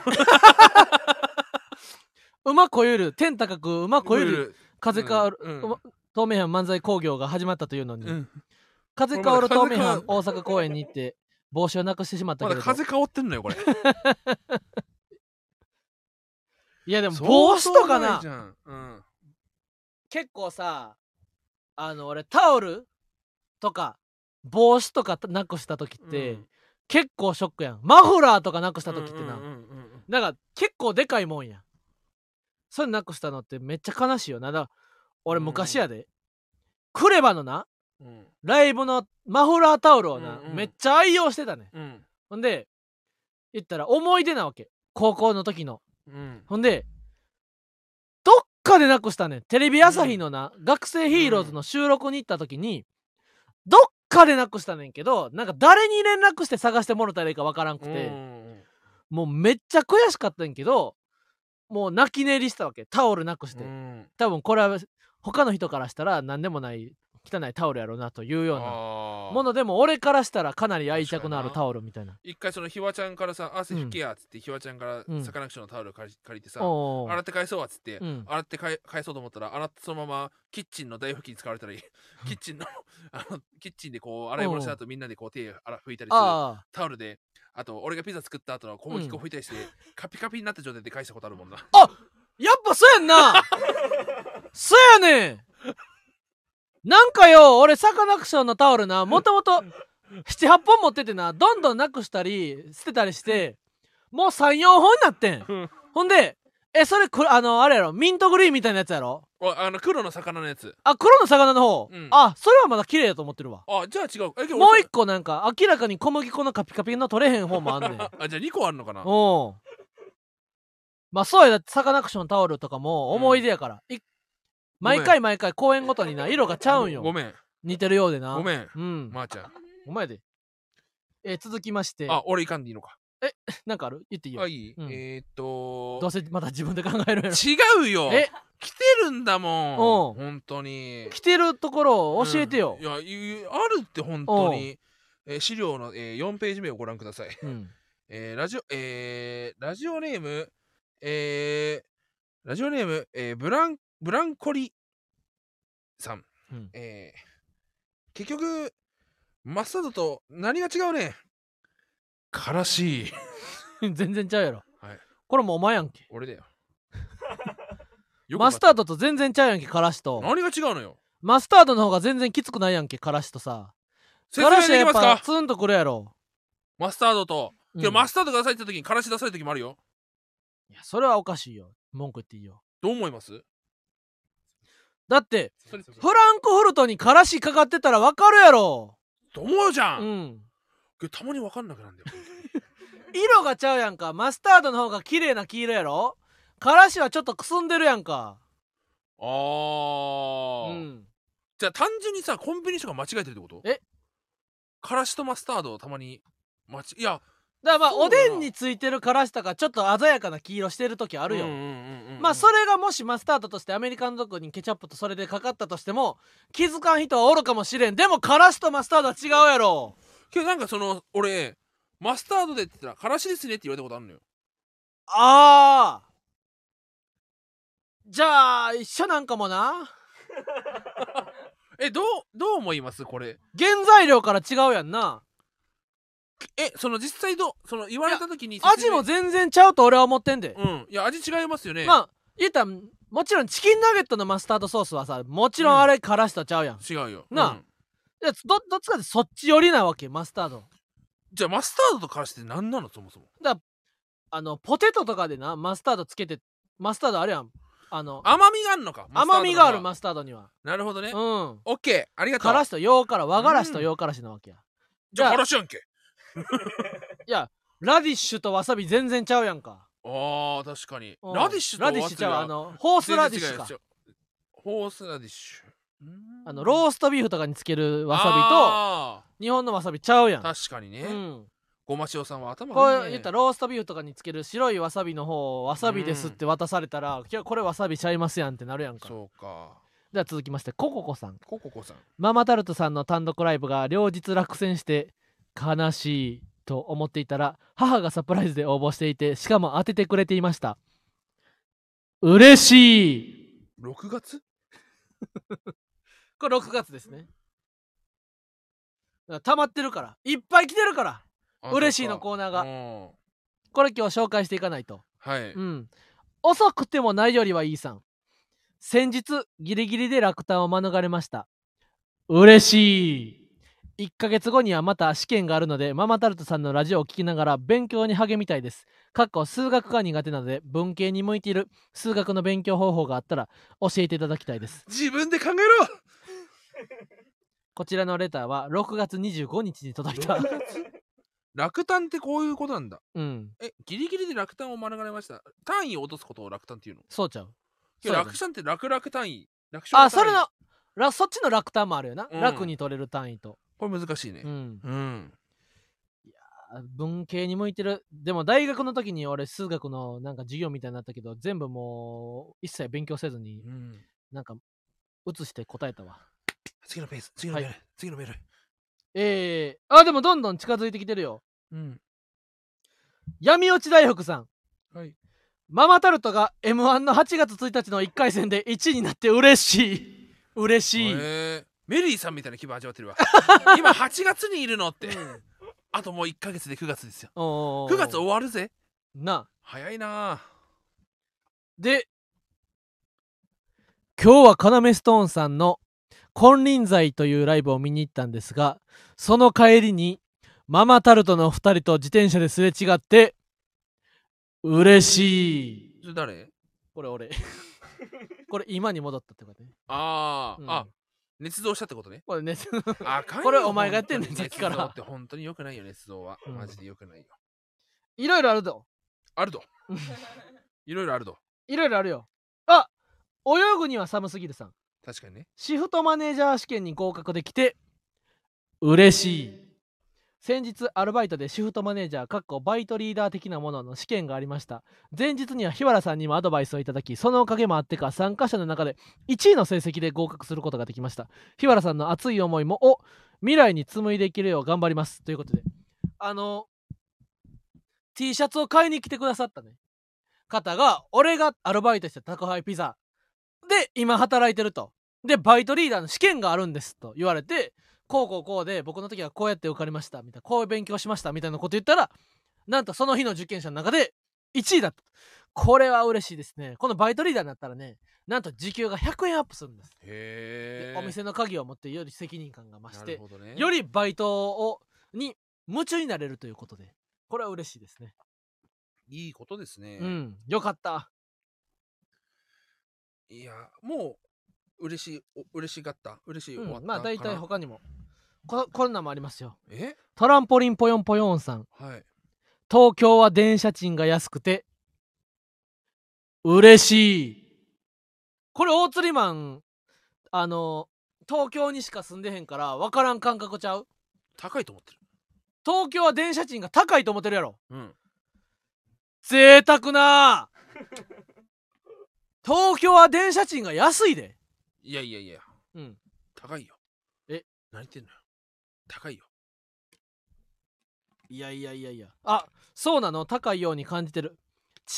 Speaker 2: 馬こゆる、天高く馬こ
Speaker 1: [laughs]
Speaker 2: ゆる、風薫る、
Speaker 1: うん
Speaker 2: うま透明班漫才興行が始まったというのに、
Speaker 1: うん
Speaker 2: 風薫る透明班大阪公演に行って、帽子をなくしてしまった
Speaker 1: ま
Speaker 2: け
Speaker 1: だ
Speaker 2: れど、
Speaker 1: 風香ってんのよこれ
Speaker 2: いやでも帽子と
Speaker 1: 相当前
Speaker 2: かな
Speaker 1: じゃんうん
Speaker 2: 結構さあの俺タオルとか帽子とかなくした時って、
Speaker 1: うん
Speaker 2: 結構ショックやんマフラーとかなくした時ってな、
Speaker 1: うんうんうんうん
Speaker 2: なんか結構でかいもんやんそれなくしたのってめっちゃ悲しいよなだから俺
Speaker 1: うん
Speaker 2: 昔やで、クレバのな
Speaker 1: うん
Speaker 2: ライブのマフラータオルをな、
Speaker 1: うんうん
Speaker 2: めっちゃ愛用してたね
Speaker 1: うん
Speaker 2: ほんで言ったら思い出なわけ高校の時の
Speaker 1: うん
Speaker 2: ほんで、どっかでなくしたねんテレビ朝日のな、学生ヒーローズの収録に行った時に、どっかでなくしたねんけど、なんか誰に連絡して探してもろたらいいかわからんく
Speaker 1: うん
Speaker 2: て、
Speaker 1: うん
Speaker 2: もうめっちゃ悔しかったんやけど、もう泣き寝入りしたわけ。タオルなくして。
Speaker 1: うん
Speaker 2: 多分これは他の人からしたら何でもない汚いタオルやろうなというような
Speaker 1: あー
Speaker 2: ものでも俺からしたらかなり愛着のある
Speaker 1: 確かにな
Speaker 2: タオルみたいな。
Speaker 1: 一回そのひわちゃんからさ汗拭けやっつってひわちゃんから
Speaker 2: うん
Speaker 1: サカナクションのタオル借り借りてさ
Speaker 2: おうおう
Speaker 1: 洗って返そうわっつって、
Speaker 2: うん
Speaker 1: 洗って返返そうと思ったら洗ってそのままキッチンの台拭きに使われたりキッチンのあのキッチンでこう洗い物した後みんなでこう手洗拭いたりする
Speaker 2: ああ
Speaker 1: タオルであと俺がピザ作った後の小麦粉拭いたりして、カピカピになった状態で返したことあるもんな
Speaker 2: やっぱそうやんなそうやねんなんかよ、俺、サカナクションのタオルな、もともと7、8本持っててな、どんどんなくしたり、捨てたりして、もう3、4本になってん
Speaker 1: うん。
Speaker 2: ほんで、え、それく、あの、あれやろ、ミントグリーンみたいなやつやろ
Speaker 1: おあの黒の魚のやつ
Speaker 2: あ、黒の魚の方。
Speaker 1: うん
Speaker 2: あ、それはまだ綺麗だと思ってるわ。
Speaker 1: あじゃあ違うえけど
Speaker 2: もう
Speaker 1: 俺
Speaker 2: 一個なんか、明らかに小麦粉のカピカピの取れへん方もあんねん。
Speaker 1: あじゃあ2個あるのかな
Speaker 2: うん。まあそうやだってサカナクションのタオルとかも思い出やから、い毎回毎回公演ごとにな色がちゃうん
Speaker 1: ご
Speaker 2: よ
Speaker 1: めん
Speaker 2: 似てるようでな
Speaker 1: ごめん
Speaker 2: うん、
Speaker 1: まー、ちゃん
Speaker 2: お前やで、えー続きまして
Speaker 1: あ俺いかんでいいのか
Speaker 2: なんかある言っていいよ
Speaker 1: あいい、
Speaker 2: うん
Speaker 1: えー、っと
Speaker 2: どうせまた自分で考える
Speaker 1: [laughs]
Speaker 2: やろ
Speaker 1: 違うよ
Speaker 2: え
Speaker 1: 来てるんだもん
Speaker 2: う
Speaker 1: 本当に
Speaker 2: 着てるところを教えてよ
Speaker 1: うん、いやいいあるって本当に、えー資料の、えー4ページ目をご覧ください、
Speaker 2: うん
Speaker 1: えーラジオえーラジオネームえーラジオネーム、えーブランブランコリさん、
Speaker 2: うん
Speaker 1: えー結局マスタードと何が違うねからしい
Speaker 2: 全然ちゃうやろ、
Speaker 1: はい
Speaker 2: これもお前やんけ
Speaker 1: 俺だ
Speaker 2: [laughs]
Speaker 1: よよくわ
Speaker 2: マ
Speaker 1: か
Speaker 2: ス
Speaker 1: った
Speaker 2: タードと全然ちゃうやんけからしと
Speaker 1: 何が違うのよ
Speaker 2: マスタードの方が全然きつくないやんけからしとさ
Speaker 1: 説
Speaker 2: から
Speaker 1: 明
Speaker 2: し
Speaker 1: で
Speaker 2: は
Speaker 1: き
Speaker 2: や
Speaker 1: ま
Speaker 2: っ
Speaker 1: す
Speaker 2: ぱ
Speaker 1: か
Speaker 2: ツンとくるやろ、
Speaker 1: マスタードと、
Speaker 2: うん
Speaker 1: いやマスタードくださいって時にからし出される時もあるよ
Speaker 2: いやそれはおかしいよ文句言っていいよ
Speaker 1: どう思います
Speaker 2: だって
Speaker 1: それ
Speaker 2: フランクフルトにからしかかってたらわかるやろ
Speaker 1: と思うじゃ、
Speaker 2: うんん
Speaker 1: けどたまに分かんなくなるんだよ
Speaker 2: 色がちゃうやんかマスタードの方が綺麗な黄色やろからしはちょっとくすんでるやんか
Speaker 1: あ
Speaker 2: う
Speaker 1: ー、
Speaker 2: ん
Speaker 1: じゃあ単純にさコンビニとか間違えてるってこと
Speaker 2: え
Speaker 1: からしとマスタードをたまに間違いや
Speaker 2: だからまあ
Speaker 1: そ
Speaker 2: お
Speaker 1: うだな
Speaker 2: でんについてるからしたがちょっと鮮やかな黄色してる時あ
Speaker 1: あ
Speaker 2: るよ、ま
Speaker 1: ま
Speaker 2: あそれがもしマスタードとしてアメリカンドッグにケチャップとそれでかかったとしても気づかん人はおるかもしれんでもからしとマスタードは違うやろ
Speaker 1: けどなんかその俺マスタードでって言ったらからしですねって言われたことあるのよ
Speaker 2: ああじゃあ一緒なんかもな
Speaker 1: えどうどう思いますこれ
Speaker 2: 原材料から違うやんな
Speaker 1: えその実際どうその言われた時に
Speaker 2: 味も全然ちゃうと俺は思ってんで、
Speaker 1: うんいや味違いますよね
Speaker 2: まあ言ったらもちろんチキンナゲットのマスタードソースはさもちろんあれからしとちゃうやん、い
Speaker 1: 違うよ
Speaker 2: なあ
Speaker 1: うん
Speaker 2: やどどっちかってそっち寄りなわけマスタード
Speaker 1: じゃあマスタードとからしって何なのそもそも
Speaker 2: あのポテトとかでなマスタードつけてマスタードあるやんあの
Speaker 1: 甘みがあるのかマスタード
Speaker 2: 甘みがあ
Speaker 1: の
Speaker 2: る
Speaker 1: 方
Speaker 2: マスタードには
Speaker 1: なるほどね
Speaker 2: うん
Speaker 1: オッケーありがとう
Speaker 2: からしと洋から和からしと
Speaker 1: うん
Speaker 2: 洋からしなわけや、
Speaker 1: じゃ
Speaker 2: じゃ
Speaker 1: あ
Speaker 2: あ
Speaker 1: からしやんけ
Speaker 2: いやラディッシュとわさび全然ちゃうやんか、
Speaker 1: あー確かに
Speaker 2: うん
Speaker 1: ラディッシュと
Speaker 2: ラディッシュちゃう
Speaker 1: わさ
Speaker 2: あ
Speaker 1: びは
Speaker 2: のホースラディッシュ
Speaker 1: 全
Speaker 2: か
Speaker 1: 然違うでしょホースラディッシュうん
Speaker 2: あのローストビーフとかにつけるわさ
Speaker 1: あ
Speaker 2: びと日本のわさびちゃうや
Speaker 1: ー
Speaker 2: ん
Speaker 1: 確かにね、
Speaker 2: うん、
Speaker 1: ごま塩さんは頭
Speaker 2: こ
Speaker 1: がいいうね
Speaker 2: 言ったらローストビーフとかにつける白いわさびの方をわさびですって渡されたら、いやこれわさびちゃいますやんってなるやんか
Speaker 1: そうか
Speaker 2: では続きましてコココさん
Speaker 1: コココさん
Speaker 2: ママタルトさんの単独ライブが両日落選して悲しいと思っていたら母がサプライズで応募していてしかも当ててくれていました嬉しい
Speaker 1: 6月
Speaker 2: これ6月ですねだから溜まってるからいっぱい来てるから嬉しいのコーナー
Speaker 1: が
Speaker 2: がこれ今日紹介していかないと
Speaker 1: はい、
Speaker 2: うん遅くてもないよりはいいさん先日ギリギリで落胆を免れました嬉しい1ヶ月後にはまた試験があるのでママタルトさんのラジオを聞きながら勉強に励みたいですかっこ数学が苦手なので文系に向いている数学の勉強方法があったら教えていただきたいです
Speaker 1: 自分で考え
Speaker 2: こちらのレターは6月25日に届い
Speaker 1: ろ [laughs]
Speaker 2: た
Speaker 1: 落胆ってこういうことなんだ
Speaker 2: うん
Speaker 1: えギリギリで落胆を免れました単位を落とすことを落胆っていうの
Speaker 2: そうちゃう
Speaker 1: けど
Speaker 2: そうやね
Speaker 1: 落胆って楽々単位楽勝単位
Speaker 2: あそれのらそっちの落胆もあるよな、
Speaker 1: うん
Speaker 2: 楽に取れる単位と
Speaker 1: これ難しいね
Speaker 2: うん
Speaker 1: うん、
Speaker 2: あ文系に向いてるでも大学の時に俺数学のなんか授業みたいになったけど全部もう一切勉強せずに
Speaker 1: うん
Speaker 2: なんか写して答えたわ
Speaker 1: 次のペース次のメール、次のメール
Speaker 2: ええあでもどんどん近づいてきてるよ
Speaker 1: うん
Speaker 2: 闇落ち大福さん
Speaker 1: はい
Speaker 2: ママタルトが m 1の8月1日の1回戦で1位になって嬉しい嬉しい、
Speaker 1: えーメリーさんみたいな気分味わって
Speaker 2: [laughs]
Speaker 1: るわ今8月にいるのってあともう1ヶ月で9月ですよ
Speaker 2: おー
Speaker 1: 9月終わるぜ
Speaker 2: な
Speaker 1: 早いなあ
Speaker 2: で今日は要ストーンさんの「金輪際」というライブを見に行ったんですがその帰りにママタルトの2人と自転車ですれ違って嬉しい
Speaker 1: それ誰
Speaker 2: これ [laughs] 俺これ今に戻ったってことね、
Speaker 1: あー、
Speaker 2: うん
Speaker 1: あ捏造したってことね
Speaker 2: これね [laughs]
Speaker 1: あかんよ
Speaker 2: これお前がやってんねん
Speaker 1: 本当
Speaker 2: さっ
Speaker 1: に
Speaker 2: きから
Speaker 1: 捏造って本当に良くないよ捏造は
Speaker 2: うん
Speaker 1: マジで良くないよ
Speaker 2: いろいろあるぞ
Speaker 1: あるといろいろあると
Speaker 2: いろいろあるよあ泳ぐには寒すぎるさん
Speaker 1: 確かにね
Speaker 2: シフトマネージャー試験に合格できて嬉しい先日アルバイトでシフトマネージャーかっこバイトリーダー的なものの試験がありました前日には日原さんにもアドバイスをいただきそのおかげもあってか参加者の中で1位の成績で合格することができました日原さんの熱い思いもお未来に紡いでいけるよう頑張りますということであの T シャツを買いに来てくださったね方が俺がアルバイトしてた宅配ピザで今働いてるとでバイトリーダーの試験があるんですと言われてこうこうこうで僕の時はこうやって受かりましたみたいなこう勉強しましたみたいなこと言ったらなんとその日の受験者の中で1位だったこれは嬉しいですねこのバイトリーダーになったらねなんと時給が100円アップするんです、
Speaker 1: へえ
Speaker 2: でお店の鍵を持ってより責任感が増し
Speaker 1: な
Speaker 2: て
Speaker 1: るほどね
Speaker 2: よりバイトをに夢中になれるということでこれは嬉しいですね、
Speaker 1: いいことですね、
Speaker 2: うんよかった
Speaker 1: いやもう嬉しいお嬉しかった嬉しい、
Speaker 2: う
Speaker 1: 終わっ
Speaker 2: ん
Speaker 1: た
Speaker 2: まあ大
Speaker 1: か
Speaker 2: 体
Speaker 1: な
Speaker 2: 他にもここんなんもありますよ
Speaker 1: え
Speaker 2: トランポリンポヨンポヨンさん
Speaker 1: はい
Speaker 2: 東京は電車賃が安くて嬉しいこれ大釣りマンあの東京にしか住んでへんから分からん感覚ちゃう
Speaker 1: 高いと思ってる
Speaker 2: 東京は電車賃が高いと思ってるやろ
Speaker 1: うん
Speaker 2: 贅沢な東京は電車賃が安いで
Speaker 1: いやいやいや
Speaker 2: うん
Speaker 1: 高いよ
Speaker 2: え
Speaker 1: 何言ってんのよ高いよ
Speaker 2: いやいやいやいやあそうなの高いように感じてる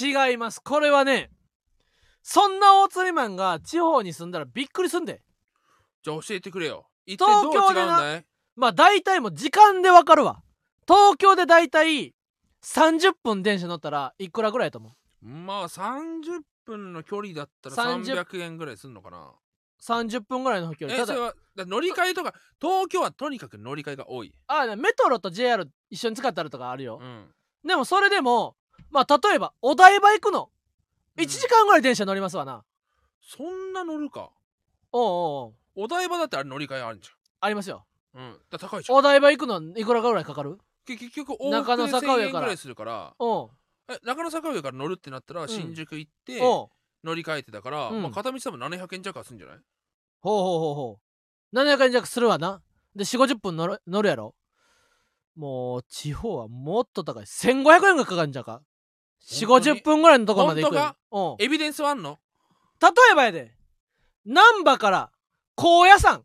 Speaker 2: 違いますこれはねそんな大釣りマンが地方に住んだらびっくりすんで
Speaker 1: じゃあ教えてくれよ一体
Speaker 2: 東
Speaker 1: どう違う
Speaker 2: 京
Speaker 1: ん
Speaker 2: でな
Speaker 1: だい
Speaker 2: まあ大体もう時間でわかるわ東京で大体30分電車乗ったらいくらぐらいやと思う
Speaker 1: まあ30分の距離だったら
Speaker 2: 30
Speaker 1: 300円ぐらいすんのかな
Speaker 2: 30分ぐらいの距離
Speaker 1: え
Speaker 2: た
Speaker 1: そ
Speaker 2: だ
Speaker 1: れはだ乗り換えとか東京はとにかく乗り換えが多い、
Speaker 2: あメトロと JR 一緒に使ったりとかあるよ
Speaker 1: う、ん、
Speaker 2: でもそれでもまあ例えばお台場行くの
Speaker 1: うん
Speaker 2: 1時間ぐらい電車乗りますわな、
Speaker 1: そんな乗るか
Speaker 2: おうおうおう
Speaker 1: お台場だってあれ乗り換えあるじ
Speaker 2: ありますよ
Speaker 1: ゃん、うん、だから高いじゃん
Speaker 2: お台場行くのいくらぐらいかかる
Speaker 1: け結局往
Speaker 2: 中
Speaker 1: 復
Speaker 2: 野
Speaker 1: で
Speaker 2: 坂
Speaker 1: 1000
Speaker 2: 上
Speaker 1: 円
Speaker 2: か
Speaker 1: ぐ
Speaker 2: ら
Speaker 1: らいするから
Speaker 2: おう
Speaker 1: え中野坂上から乗るってなったら
Speaker 2: ん
Speaker 1: 新宿行って
Speaker 2: おう
Speaker 1: 乗り換えてだから、
Speaker 2: うん
Speaker 1: まあ、片道多分700円弱はすんじゃない
Speaker 2: ほうほうほうほう700円弱するわなで4 5 0分乗る乗るやろもう地方はもっと高い1500円がかかるんじゃうか4 5 0分ぐらいのところまで行くよ
Speaker 1: 本
Speaker 2: うん
Speaker 1: エビデンスはあんの
Speaker 2: 例えばやで難波から高野山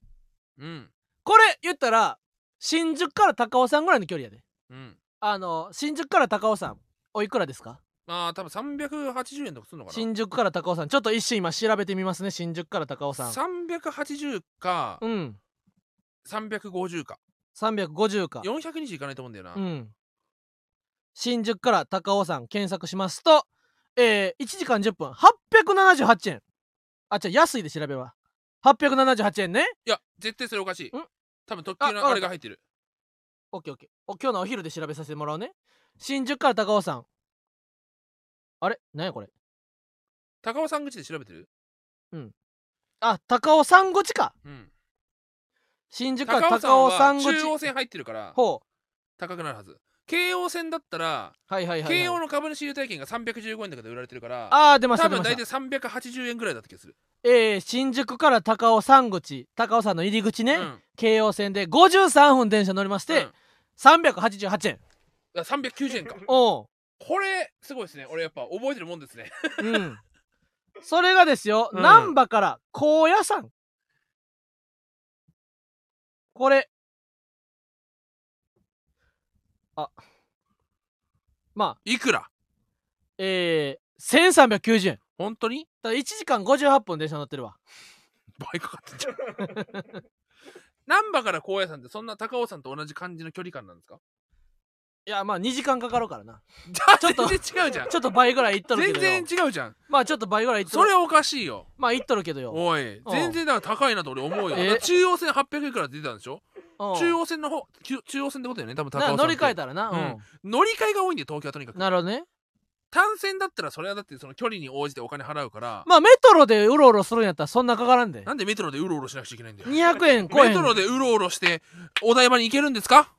Speaker 1: うん
Speaker 2: これ言ったら新宿から高尾山ぐらいの距離やで
Speaker 1: うん
Speaker 2: あの新宿から高尾山おいくらですか
Speaker 1: まあ多分380円とかすんのかな
Speaker 2: 新宿から高尾山ちょっと一瞬今調べてみますね新宿から高尾山
Speaker 1: 380か
Speaker 2: うん
Speaker 1: 350か
Speaker 2: 350か
Speaker 1: 400日いかないと思うんだよな、
Speaker 2: うん、新宿から高尾山検索しますと、えー、1時間10分878円あじゃ安いで調べれば878円ね
Speaker 1: いや絶対それおかしい
Speaker 2: ん
Speaker 1: 多分特急
Speaker 2: あ
Speaker 1: の
Speaker 2: わかった
Speaker 1: あれが入ってる
Speaker 2: オッケーオッケーお今日のお昼で調べさせてもらうね新宿から高尾山あれ何やこれ
Speaker 1: 高尾山口で調べてる
Speaker 2: あ高尾山口か
Speaker 1: うん
Speaker 2: 新宿から
Speaker 1: 高尾
Speaker 2: 高尾
Speaker 1: 山
Speaker 2: 山
Speaker 1: は
Speaker 2: 口
Speaker 1: 中央線入ってるから
Speaker 2: ほ
Speaker 1: 高くなるはず京王線だったら
Speaker 2: うはいはいはい、はい、
Speaker 1: 京王の株主優待券が315円とかで売られてるから
Speaker 2: ああ出ました
Speaker 1: 多
Speaker 2: 出
Speaker 1: 分
Speaker 2: まし
Speaker 1: 大
Speaker 2: た
Speaker 1: 体380円ぐらいだった気がする、
Speaker 2: えー、新宿から高尾山口高尾山の入り口ね、
Speaker 1: うん
Speaker 2: 京王線で53分電車乗りまして、
Speaker 1: うん
Speaker 2: 388円
Speaker 1: だから390円か
Speaker 2: おう
Speaker 1: これすごいですね俺やっぱ覚えてるもんですね
Speaker 2: うんそれがですよ、
Speaker 1: うん
Speaker 2: 難波から高野山これあまあ
Speaker 1: いくら
Speaker 2: えー、1390円
Speaker 1: 本当に
Speaker 2: ただ1時間58分電車乗ってるわ
Speaker 1: 倍かかってんじゃん
Speaker 2: [laughs]
Speaker 1: 難波から高野山ってそんな高尾山と同じ感じの距離感なんですか
Speaker 2: いやまあ2時間かかるからな
Speaker 1: じゃあ
Speaker 2: ちょっと
Speaker 1: 全然違うじゃん
Speaker 2: ちょっと倍ぐらい行っとるけどよ
Speaker 1: 全然違うじゃん
Speaker 2: まあちょっと倍ぐらい行っと
Speaker 1: そ
Speaker 2: る
Speaker 1: れおかしいよ
Speaker 2: まあ行っとるけどよ
Speaker 1: おい全然だから高いなと俺思うよだ
Speaker 2: え
Speaker 1: から中央線800円からい出てたんでしょ
Speaker 2: うん
Speaker 1: 中央線の方きゅ中央線ってことだよね多分高尾
Speaker 2: な
Speaker 1: 山
Speaker 2: 乗り換
Speaker 1: た
Speaker 2: えたらな、う
Speaker 1: 乗り換えが多いんで東京はとにかく
Speaker 2: ん、なるほどね
Speaker 1: 単線だったらそれはだってその距離に応じてお金払うから、
Speaker 2: まあメトロでうろうろするんやったらそんなかからんで
Speaker 1: なんでメトロでうろうろしなくちゃいけないんだよ
Speaker 2: 200円超えへ
Speaker 1: メ
Speaker 2: ん
Speaker 1: トロでうろうろしてお台場に行けるんですか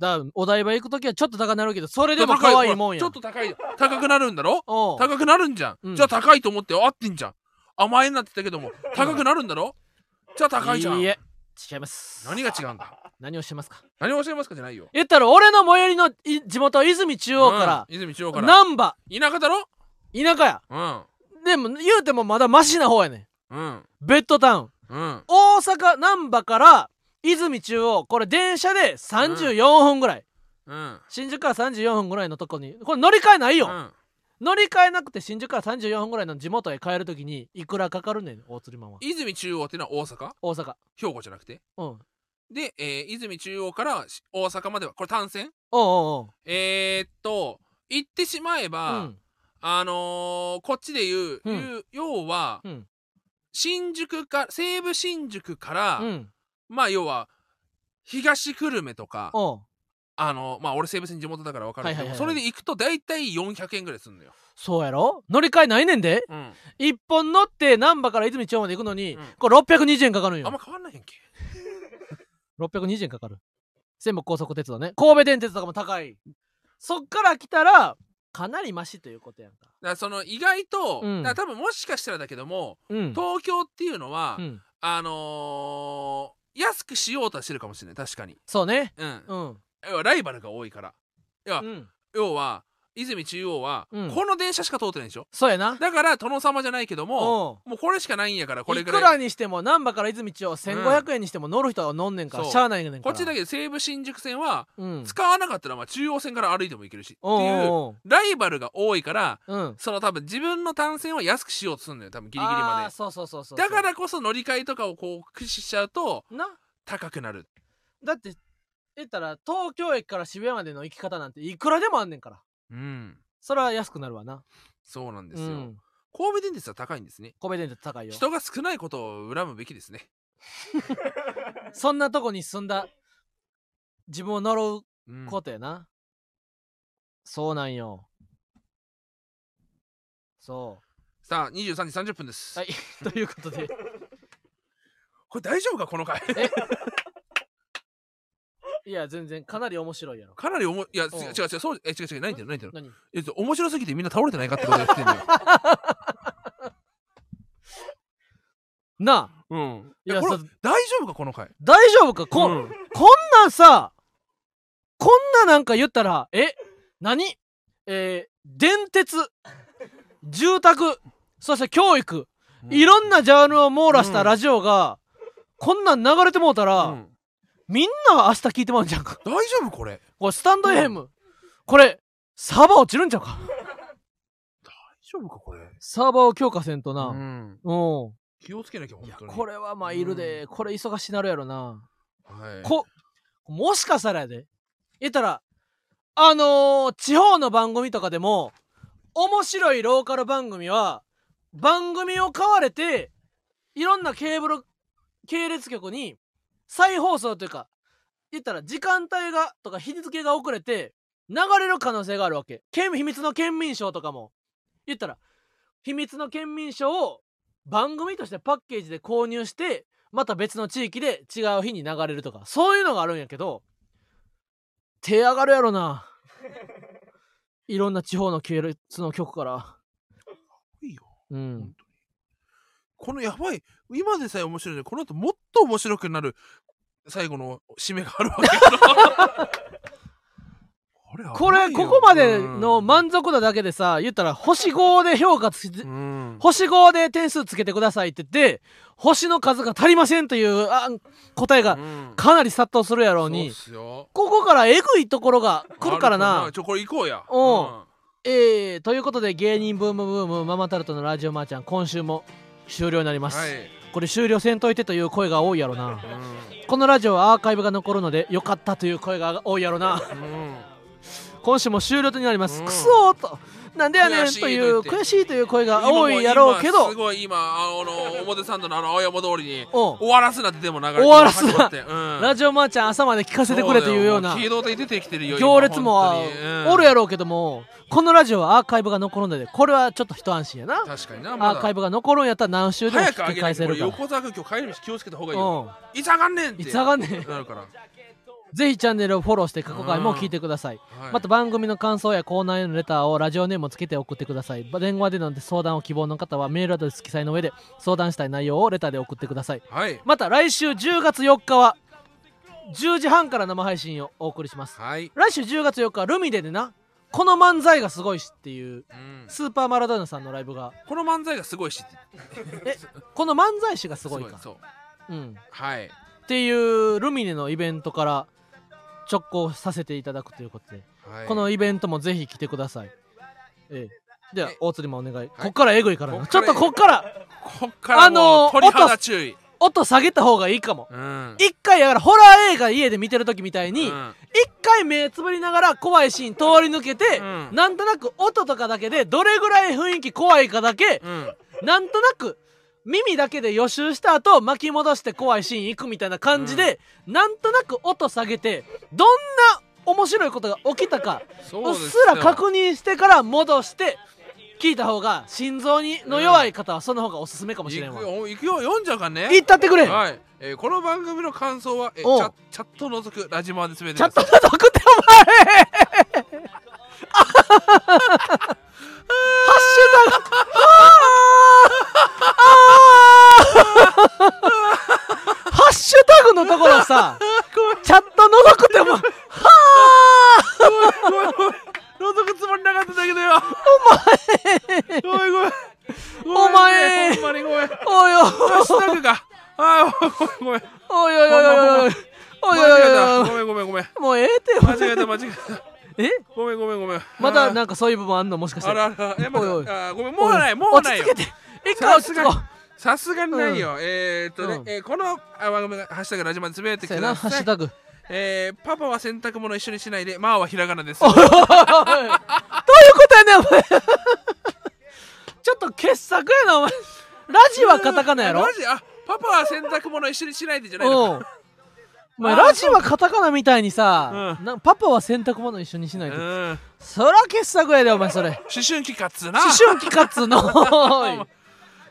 Speaker 2: だお台場行く時はちょっと高なるけどそれ
Speaker 1: で
Speaker 2: でも可愛いもんや
Speaker 1: ちょっと高いよ高くなるんだろ
Speaker 2: おう
Speaker 1: 高くなるんじゃん、
Speaker 2: うん
Speaker 1: じゃあ高いと思って合ってんじゃん甘えになってたけども高くなるんだろじゃあ高いじゃん
Speaker 2: いいえ違います
Speaker 1: 何が違うんだ
Speaker 2: 何をしてますか
Speaker 1: 何を教えますかじゃないよ
Speaker 2: 言ったら俺の最寄りのい地元は泉中央か
Speaker 1: うん、泉中央か
Speaker 2: ら
Speaker 1: ら
Speaker 2: 難波
Speaker 1: 田舎だろ
Speaker 2: 田舎やでも言うてもまだマシな方やねん
Speaker 1: うんうん
Speaker 2: ベッドタウン
Speaker 1: うん
Speaker 2: 大阪難波から泉中央これ電車で34分ぐらい、
Speaker 1: うん
Speaker 2: 新宿から34分ぐらいのとこにこれ乗り換えないよ、
Speaker 1: うん
Speaker 2: 乗り換えなくて新宿から34分ぐらいの地元へ帰るときにいくらかかるねん大釣りマンは
Speaker 1: 泉中央ってのは大阪
Speaker 2: 大阪
Speaker 1: 兵庫じゃなくて
Speaker 2: うんおう
Speaker 1: で、えー泉中央からし大阪まではこれ単線
Speaker 2: おう
Speaker 1: えー、っと行ってしまえ
Speaker 2: おうう
Speaker 1: ば、
Speaker 2: ん
Speaker 1: あのーこっちで言う,
Speaker 2: うん
Speaker 1: 言う、要は、
Speaker 2: うん
Speaker 1: 新宿か西武新宿から、
Speaker 2: うん
Speaker 1: まあ要は東久留米とか、
Speaker 2: おう
Speaker 1: あのまあ俺西武線地元だから分かるけど、
Speaker 2: はいはいはい
Speaker 1: それで行くと大体400円ぐらいするのよ、
Speaker 2: そうやろ乗り換えないねんで
Speaker 1: うん
Speaker 2: 一本乗って難波から泉町まで行くのに、
Speaker 1: うん
Speaker 2: これ620円かかるん
Speaker 1: あん
Speaker 2: よ
Speaker 1: ま変わんないやんけ
Speaker 2: 620円かかる全部高速鉄道ね神戸電鉄とかも高いそっから来たらかなりマシということやんか
Speaker 1: だからその意外と、
Speaker 2: うん
Speaker 1: だから多分もしかしたらだけども
Speaker 2: うん
Speaker 1: 東京っていうのは、
Speaker 2: うん
Speaker 1: あのー安くしようとはしてるかもしれない確かに
Speaker 2: そうね
Speaker 1: うん
Speaker 2: うん
Speaker 1: 要はライバルが多いからあ
Speaker 2: うん、
Speaker 1: 要は泉中央は、
Speaker 2: うん
Speaker 1: この電車しか通ってないでしょ
Speaker 2: そうやな
Speaker 1: だから殿様じゃないけども
Speaker 2: お
Speaker 1: もうこれしかないんやからこ
Speaker 2: う
Speaker 1: れ
Speaker 2: い
Speaker 1: ぐ
Speaker 2: く
Speaker 1: らい
Speaker 2: らにしても難波から泉地を1500円にしても乗る人は乗んねんから、
Speaker 1: そう
Speaker 2: しゃあないねんか
Speaker 1: こ
Speaker 2: ら
Speaker 1: っちだけで西武新宿線は
Speaker 2: うん
Speaker 1: 使わなかったらまあ中央線から歩いても行けるしって
Speaker 2: おう
Speaker 1: いう
Speaker 2: おう
Speaker 1: ライバルが多いから
Speaker 2: おううん
Speaker 1: その多分自分の単線を安くしようとするのよ多分ギリギリ
Speaker 2: あ
Speaker 1: ま
Speaker 2: ーそうそうそうそ
Speaker 1: で
Speaker 2: う
Speaker 1: だからこそ乗り換えとかをこう駆使しちゃうと
Speaker 2: な
Speaker 1: 高くなる
Speaker 2: だって言ったら東京駅から渋谷までの行き方なんていくらでもあんねんから
Speaker 1: うん
Speaker 2: それは安くなるわな
Speaker 1: そうなんです
Speaker 2: う
Speaker 1: よ、
Speaker 2: ん、
Speaker 1: 神戸電鉄は高いんですね
Speaker 2: 神戸電鉄高いよ
Speaker 1: 人が少ないことを恨むべきですね
Speaker 2: そんなとこに住んだ自分を呪う
Speaker 1: うん
Speaker 2: ことやな、そうなんよそ
Speaker 1: さあ23時30分です、
Speaker 2: うはい
Speaker 1: [laughs]
Speaker 2: ということで
Speaker 1: これ大丈夫かこ [laughs] の回
Speaker 2: いや全然かなり面白い
Speaker 1: [laughs]
Speaker 2: やろ
Speaker 1: かなりおもいや違
Speaker 2: おう
Speaker 1: う違う違うそうえ違う違う何言ってんの何言ってんの
Speaker 2: 何
Speaker 1: えっと面白すぎてみんな倒れてないかってこと言ってんの [laughs] よ
Speaker 2: なあ
Speaker 1: うんい
Speaker 2: いや
Speaker 1: やこれ
Speaker 2: そ
Speaker 1: 大丈夫かこの回
Speaker 2: 大丈夫かこ,、、
Speaker 1: うん
Speaker 2: こんなんさこんななんか言ったらえ何えー電鉄住宅そして教育
Speaker 1: [laughs] うん
Speaker 2: いろんなジャンルを網羅した
Speaker 1: うん
Speaker 2: ラジオが、こんなん流れてもうたら、
Speaker 1: うん
Speaker 2: みんな明日聞いてまうんじゃんか。
Speaker 1: 大丈夫これ
Speaker 2: これスタンド FM、これサーバー落ちるんちゃうか
Speaker 1: 大丈夫かこれ
Speaker 2: サーバーを強化せんとな、うん
Speaker 1: ん気をつけなきゃ本
Speaker 2: いや
Speaker 1: 当に
Speaker 2: これはまあいるで、これ忙しなるやろな、
Speaker 1: はい
Speaker 2: こもしかしたらやで言ったらあのー地方の番組とかでも面白いローカル番組は番組を買われていろんなケーブル系列局に再放送というか言ったら時間帯がとか日付が遅れて流れる可能性があるわけ県秘密の県民賞とかも言ったら秘密の県民賞を番組としてパッケージで購入してまた別の地域で違う日に流れるとかそういうのがあるんやけど手上がるやろないろんな地方の系列の局から
Speaker 1: いいよ
Speaker 2: うん
Speaker 1: このやばい今でさえ面白いのにこの後もっと面白くなる最後の締めがあるわ
Speaker 2: [laughs]
Speaker 1: けだこれやばいよ
Speaker 2: これここまでの満足度だけでさ言ったら星5で評価つけて
Speaker 1: うん
Speaker 2: 星5で点数つけてくださいって言って星の数が足りませんというあ答えが
Speaker 1: うん
Speaker 2: かなり殺到するやろ
Speaker 1: そ
Speaker 2: う
Speaker 1: う
Speaker 2: に
Speaker 1: っすよ
Speaker 2: ここからえぐいところが来るから
Speaker 1: あ
Speaker 2: な
Speaker 1: ちょこれ行こうやう
Speaker 2: おう
Speaker 1: ん
Speaker 2: えー、ということで芸人ブームブームママタルトのラジオマーちゃん今週も終了になります、
Speaker 1: はい
Speaker 2: これ終了せんといてという声が多いやろな
Speaker 1: う
Speaker 2: このラジオはアーカイブが残るのでよかったという声が多いやろなん
Speaker 1: うん
Speaker 2: 今週も終了とになります、
Speaker 1: うん
Speaker 2: クソーとなんでやね
Speaker 1: 悔
Speaker 2: ん
Speaker 1: しい
Speaker 2: とい
Speaker 1: と
Speaker 2: う
Speaker 1: 言
Speaker 2: 悔
Speaker 1: っ
Speaker 2: しいという声が多いやろうけ
Speaker 1: 今もう今
Speaker 2: ど
Speaker 1: すごい今あの表参道のあの青山通りに
Speaker 2: [laughs] おう
Speaker 1: 終わらすなってでも流れて
Speaker 2: 終わらすな
Speaker 1: 始まってうん
Speaker 2: ラジオマーちゃん朝まで聞かせてくれというよう
Speaker 1: そだ
Speaker 2: な
Speaker 1: もう機動隊出てきてるよ今
Speaker 2: 行列もあ
Speaker 1: 本当にうん
Speaker 2: おるやろうけどもこのラジオはアーカイブが残るのでこれはちょっと一安心やな
Speaker 1: 確かになま
Speaker 2: アーカイ
Speaker 1: だ
Speaker 2: ブが残るんやったら何週でも
Speaker 1: 早く
Speaker 2: 聞
Speaker 1: 上
Speaker 2: き
Speaker 1: げな
Speaker 2: 返
Speaker 1: いと
Speaker 2: せ
Speaker 1: こ
Speaker 2: る
Speaker 1: れ
Speaker 2: から
Speaker 1: 横澤君今日帰り道気をつけた方がいいよ
Speaker 2: うん
Speaker 1: いつ上がんねんって
Speaker 2: いつ上がんねん
Speaker 1: なるから
Speaker 2: ぜひチャンネルをフォローして過去回も聞いてください。
Speaker 1: はい
Speaker 2: また番組の感想やコーナーへのレターをラジオネームをつけて送ってください。電話での相談を希望の方はメールアドレス記載の上で相談したい内容をレターで送ってください。
Speaker 1: はい
Speaker 2: また来週10月4日は10時半から生配信をお送りします。
Speaker 1: はい
Speaker 2: 来週10月4日はルミネでな、この漫才がすごいしっていう
Speaker 1: うん
Speaker 2: スーパーマラドーナさんのライブが、
Speaker 1: この漫才がすごいしって
Speaker 2: この漫才師がす
Speaker 1: す
Speaker 2: ごいか。
Speaker 1: そう
Speaker 2: うん。
Speaker 1: はい
Speaker 2: っていうルミネのイベントから直行させていただくということで。
Speaker 1: はい
Speaker 2: このイベントもぜひ来てください。ええ、では
Speaker 1: え、
Speaker 2: 大釣りもお願い。こっからエグいからな
Speaker 1: こっ
Speaker 2: ちょ
Speaker 1: から
Speaker 2: っとこ
Speaker 1: [laughs]
Speaker 2: っから
Speaker 1: こっからも
Speaker 2: あのー
Speaker 1: う鳥肌注意
Speaker 2: 音下げた方がいいかも。
Speaker 1: うん
Speaker 2: 一回やからホラー映画家で見てる時みたいに、一
Speaker 1: うん
Speaker 2: 回目つぶりながら怖いシーン通り抜けて、
Speaker 1: うん
Speaker 2: なんとなく音とかだけでどれぐらい雰囲気怖いかだけ、
Speaker 1: うん
Speaker 2: なんとなく耳だけで予習した後巻き戻して怖いシーン行くみたいな感じで、なんとなく音下げてどんな面白いことが起きたか
Speaker 1: そう
Speaker 2: っ
Speaker 1: うですすよ
Speaker 2: ら確認してから戻して聞いた方が心臓にの弱い方はその方がおすすめかもしれんわ、
Speaker 1: 行くよ行くよ読んじゃうかね
Speaker 2: 言ったってくれ、
Speaker 1: はい、えーこの番組の感想は、えー
Speaker 2: おう
Speaker 1: チャチャット除くラジマンで全て
Speaker 2: チャ
Speaker 1: で
Speaker 2: ッ
Speaker 1: す
Speaker 2: トだと送ってお前ハッシュタグあーあーハッシュタグのところさチャット覗くってお前は
Speaker 1: ごめんね
Speaker 2: お前
Speaker 1: ほんまにごめん。
Speaker 2: おいおい
Speaker 1: ハッシュタグが。ああ、ごめんごめん。
Speaker 2: おいおいおいおいおいおいおいおいおい
Speaker 1: 間違えた。ごめんごめんごめん。
Speaker 2: もうええって
Speaker 1: 間違えた間違えた。
Speaker 2: え
Speaker 1: ごめんごめんごめん。
Speaker 2: ま
Speaker 1: あ
Speaker 2: だ
Speaker 1: ー
Speaker 2: なんかそういう部分あんのもしかして
Speaker 1: あらあら、いやまだ
Speaker 2: おいおい
Speaker 1: あーごめん、もうない、もう
Speaker 2: 落
Speaker 1: な
Speaker 2: ち
Speaker 1: い
Speaker 2: 着
Speaker 1: よ
Speaker 2: け。て一回落ち着こう
Speaker 1: ささすがにないよ。えーっとね
Speaker 2: う、ん
Speaker 1: えーこのあ番組がハッシュタグラジマンつぶやいて
Speaker 2: そう
Speaker 1: く
Speaker 2: やな
Speaker 1: だ
Speaker 2: ハッ
Speaker 1: さ
Speaker 2: シュ
Speaker 1: い。
Speaker 2: タグ
Speaker 1: えーパパは洗濯物一緒にしないで、マーはひらがなです。
Speaker 2: おいおいおいどういうことやねんお前ちょっと傑作やなお前ラジはカタカナやろ
Speaker 1: [laughs] マジあパパは洗濯物一緒にしないでじゃないの
Speaker 2: うんお前ラジはカタカナみたいにさ、
Speaker 1: う
Speaker 2: なパパは洗濯物一緒にしないと、
Speaker 1: うん思
Speaker 2: そら傑作やでお前それ
Speaker 1: 春期かっつうな
Speaker 2: 思春期かっ
Speaker 1: [laughs]
Speaker 2: つうのおい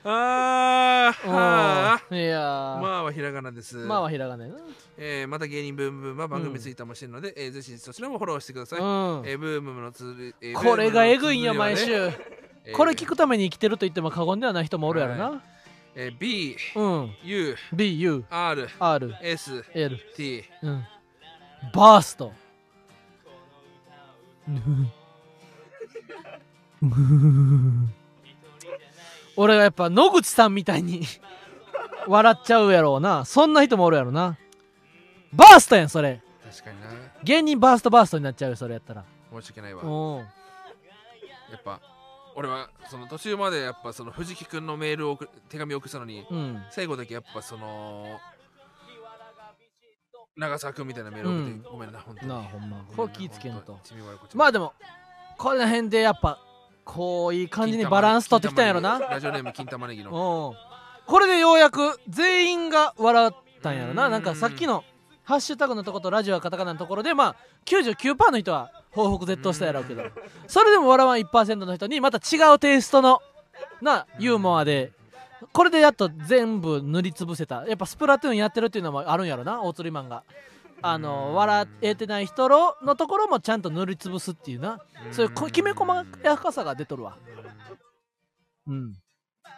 Speaker 1: あーはあ
Speaker 2: うんいやー
Speaker 1: まあはひらがなです。
Speaker 2: まあはひらがなやな
Speaker 1: えーまた芸人ブームブームは番組ツイッターもしてるので、えーぜひそちらもフォローしてください。
Speaker 2: うん
Speaker 1: えーブームのツール、えー
Speaker 2: これがえぐいんや
Speaker 1: ブームの
Speaker 2: 毎
Speaker 1: ツールはね
Speaker 2: 週
Speaker 1: えー
Speaker 2: これ聞くために生きてると言っても過言ではない人もおるやろな、
Speaker 1: えー B、
Speaker 2: う
Speaker 1: U、
Speaker 2: ん BURL
Speaker 1: R、S、T。
Speaker 2: うんバースト [laughs] 俺がやっぱ野口さんみたいに [laughs] 笑っちゃうやろうなそんな人もおるやろなバーストやんそれ
Speaker 1: 確かにな。
Speaker 2: 芸人バーストバーストになっちゃうよそれやったら
Speaker 1: 申し訳ないわ。や
Speaker 2: おう
Speaker 1: っぱ、俺はその途中までやっぱその藤木くんのメールを送る手紙を送ってたのに、
Speaker 2: うん
Speaker 1: 最後だけやっぱその、長澤くんみたいなメールを送って、
Speaker 2: うん
Speaker 1: ごめんな、本当に。
Speaker 2: なあほんまこれ気ぃつけんとま
Speaker 1: ま
Speaker 2: あ
Speaker 1: あ
Speaker 2: でもこの辺でやっぱこういい感じにバランス取ってきたんやろな
Speaker 1: ラジオネーム金玉ねぎの
Speaker 2: うんこれでようやく全員が笑ったんやろ
Speaker 1: う
Speaker 2: なんなんかさっきのハッシュタグのとことラジオはカタカナのところでまあ99%の人は報復絶倒したやろうけどそれでも笑わん1%の人にまた違うテイストのなユーモアでこれでやっと全部塗りつぶせたやっぱスプラトゥーンやってるっていうのもあるんやろな大釣りマンがあ
Speaker 1: うん
Speaker 2: の笑えてない人ののところもちゃんと塗りつぶすっていうなそういうこきめ細やかさが出とるわうん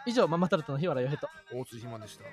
Speaker 2: 以上ママタルトの日原よへと
Speaker 1: 大津ひまでした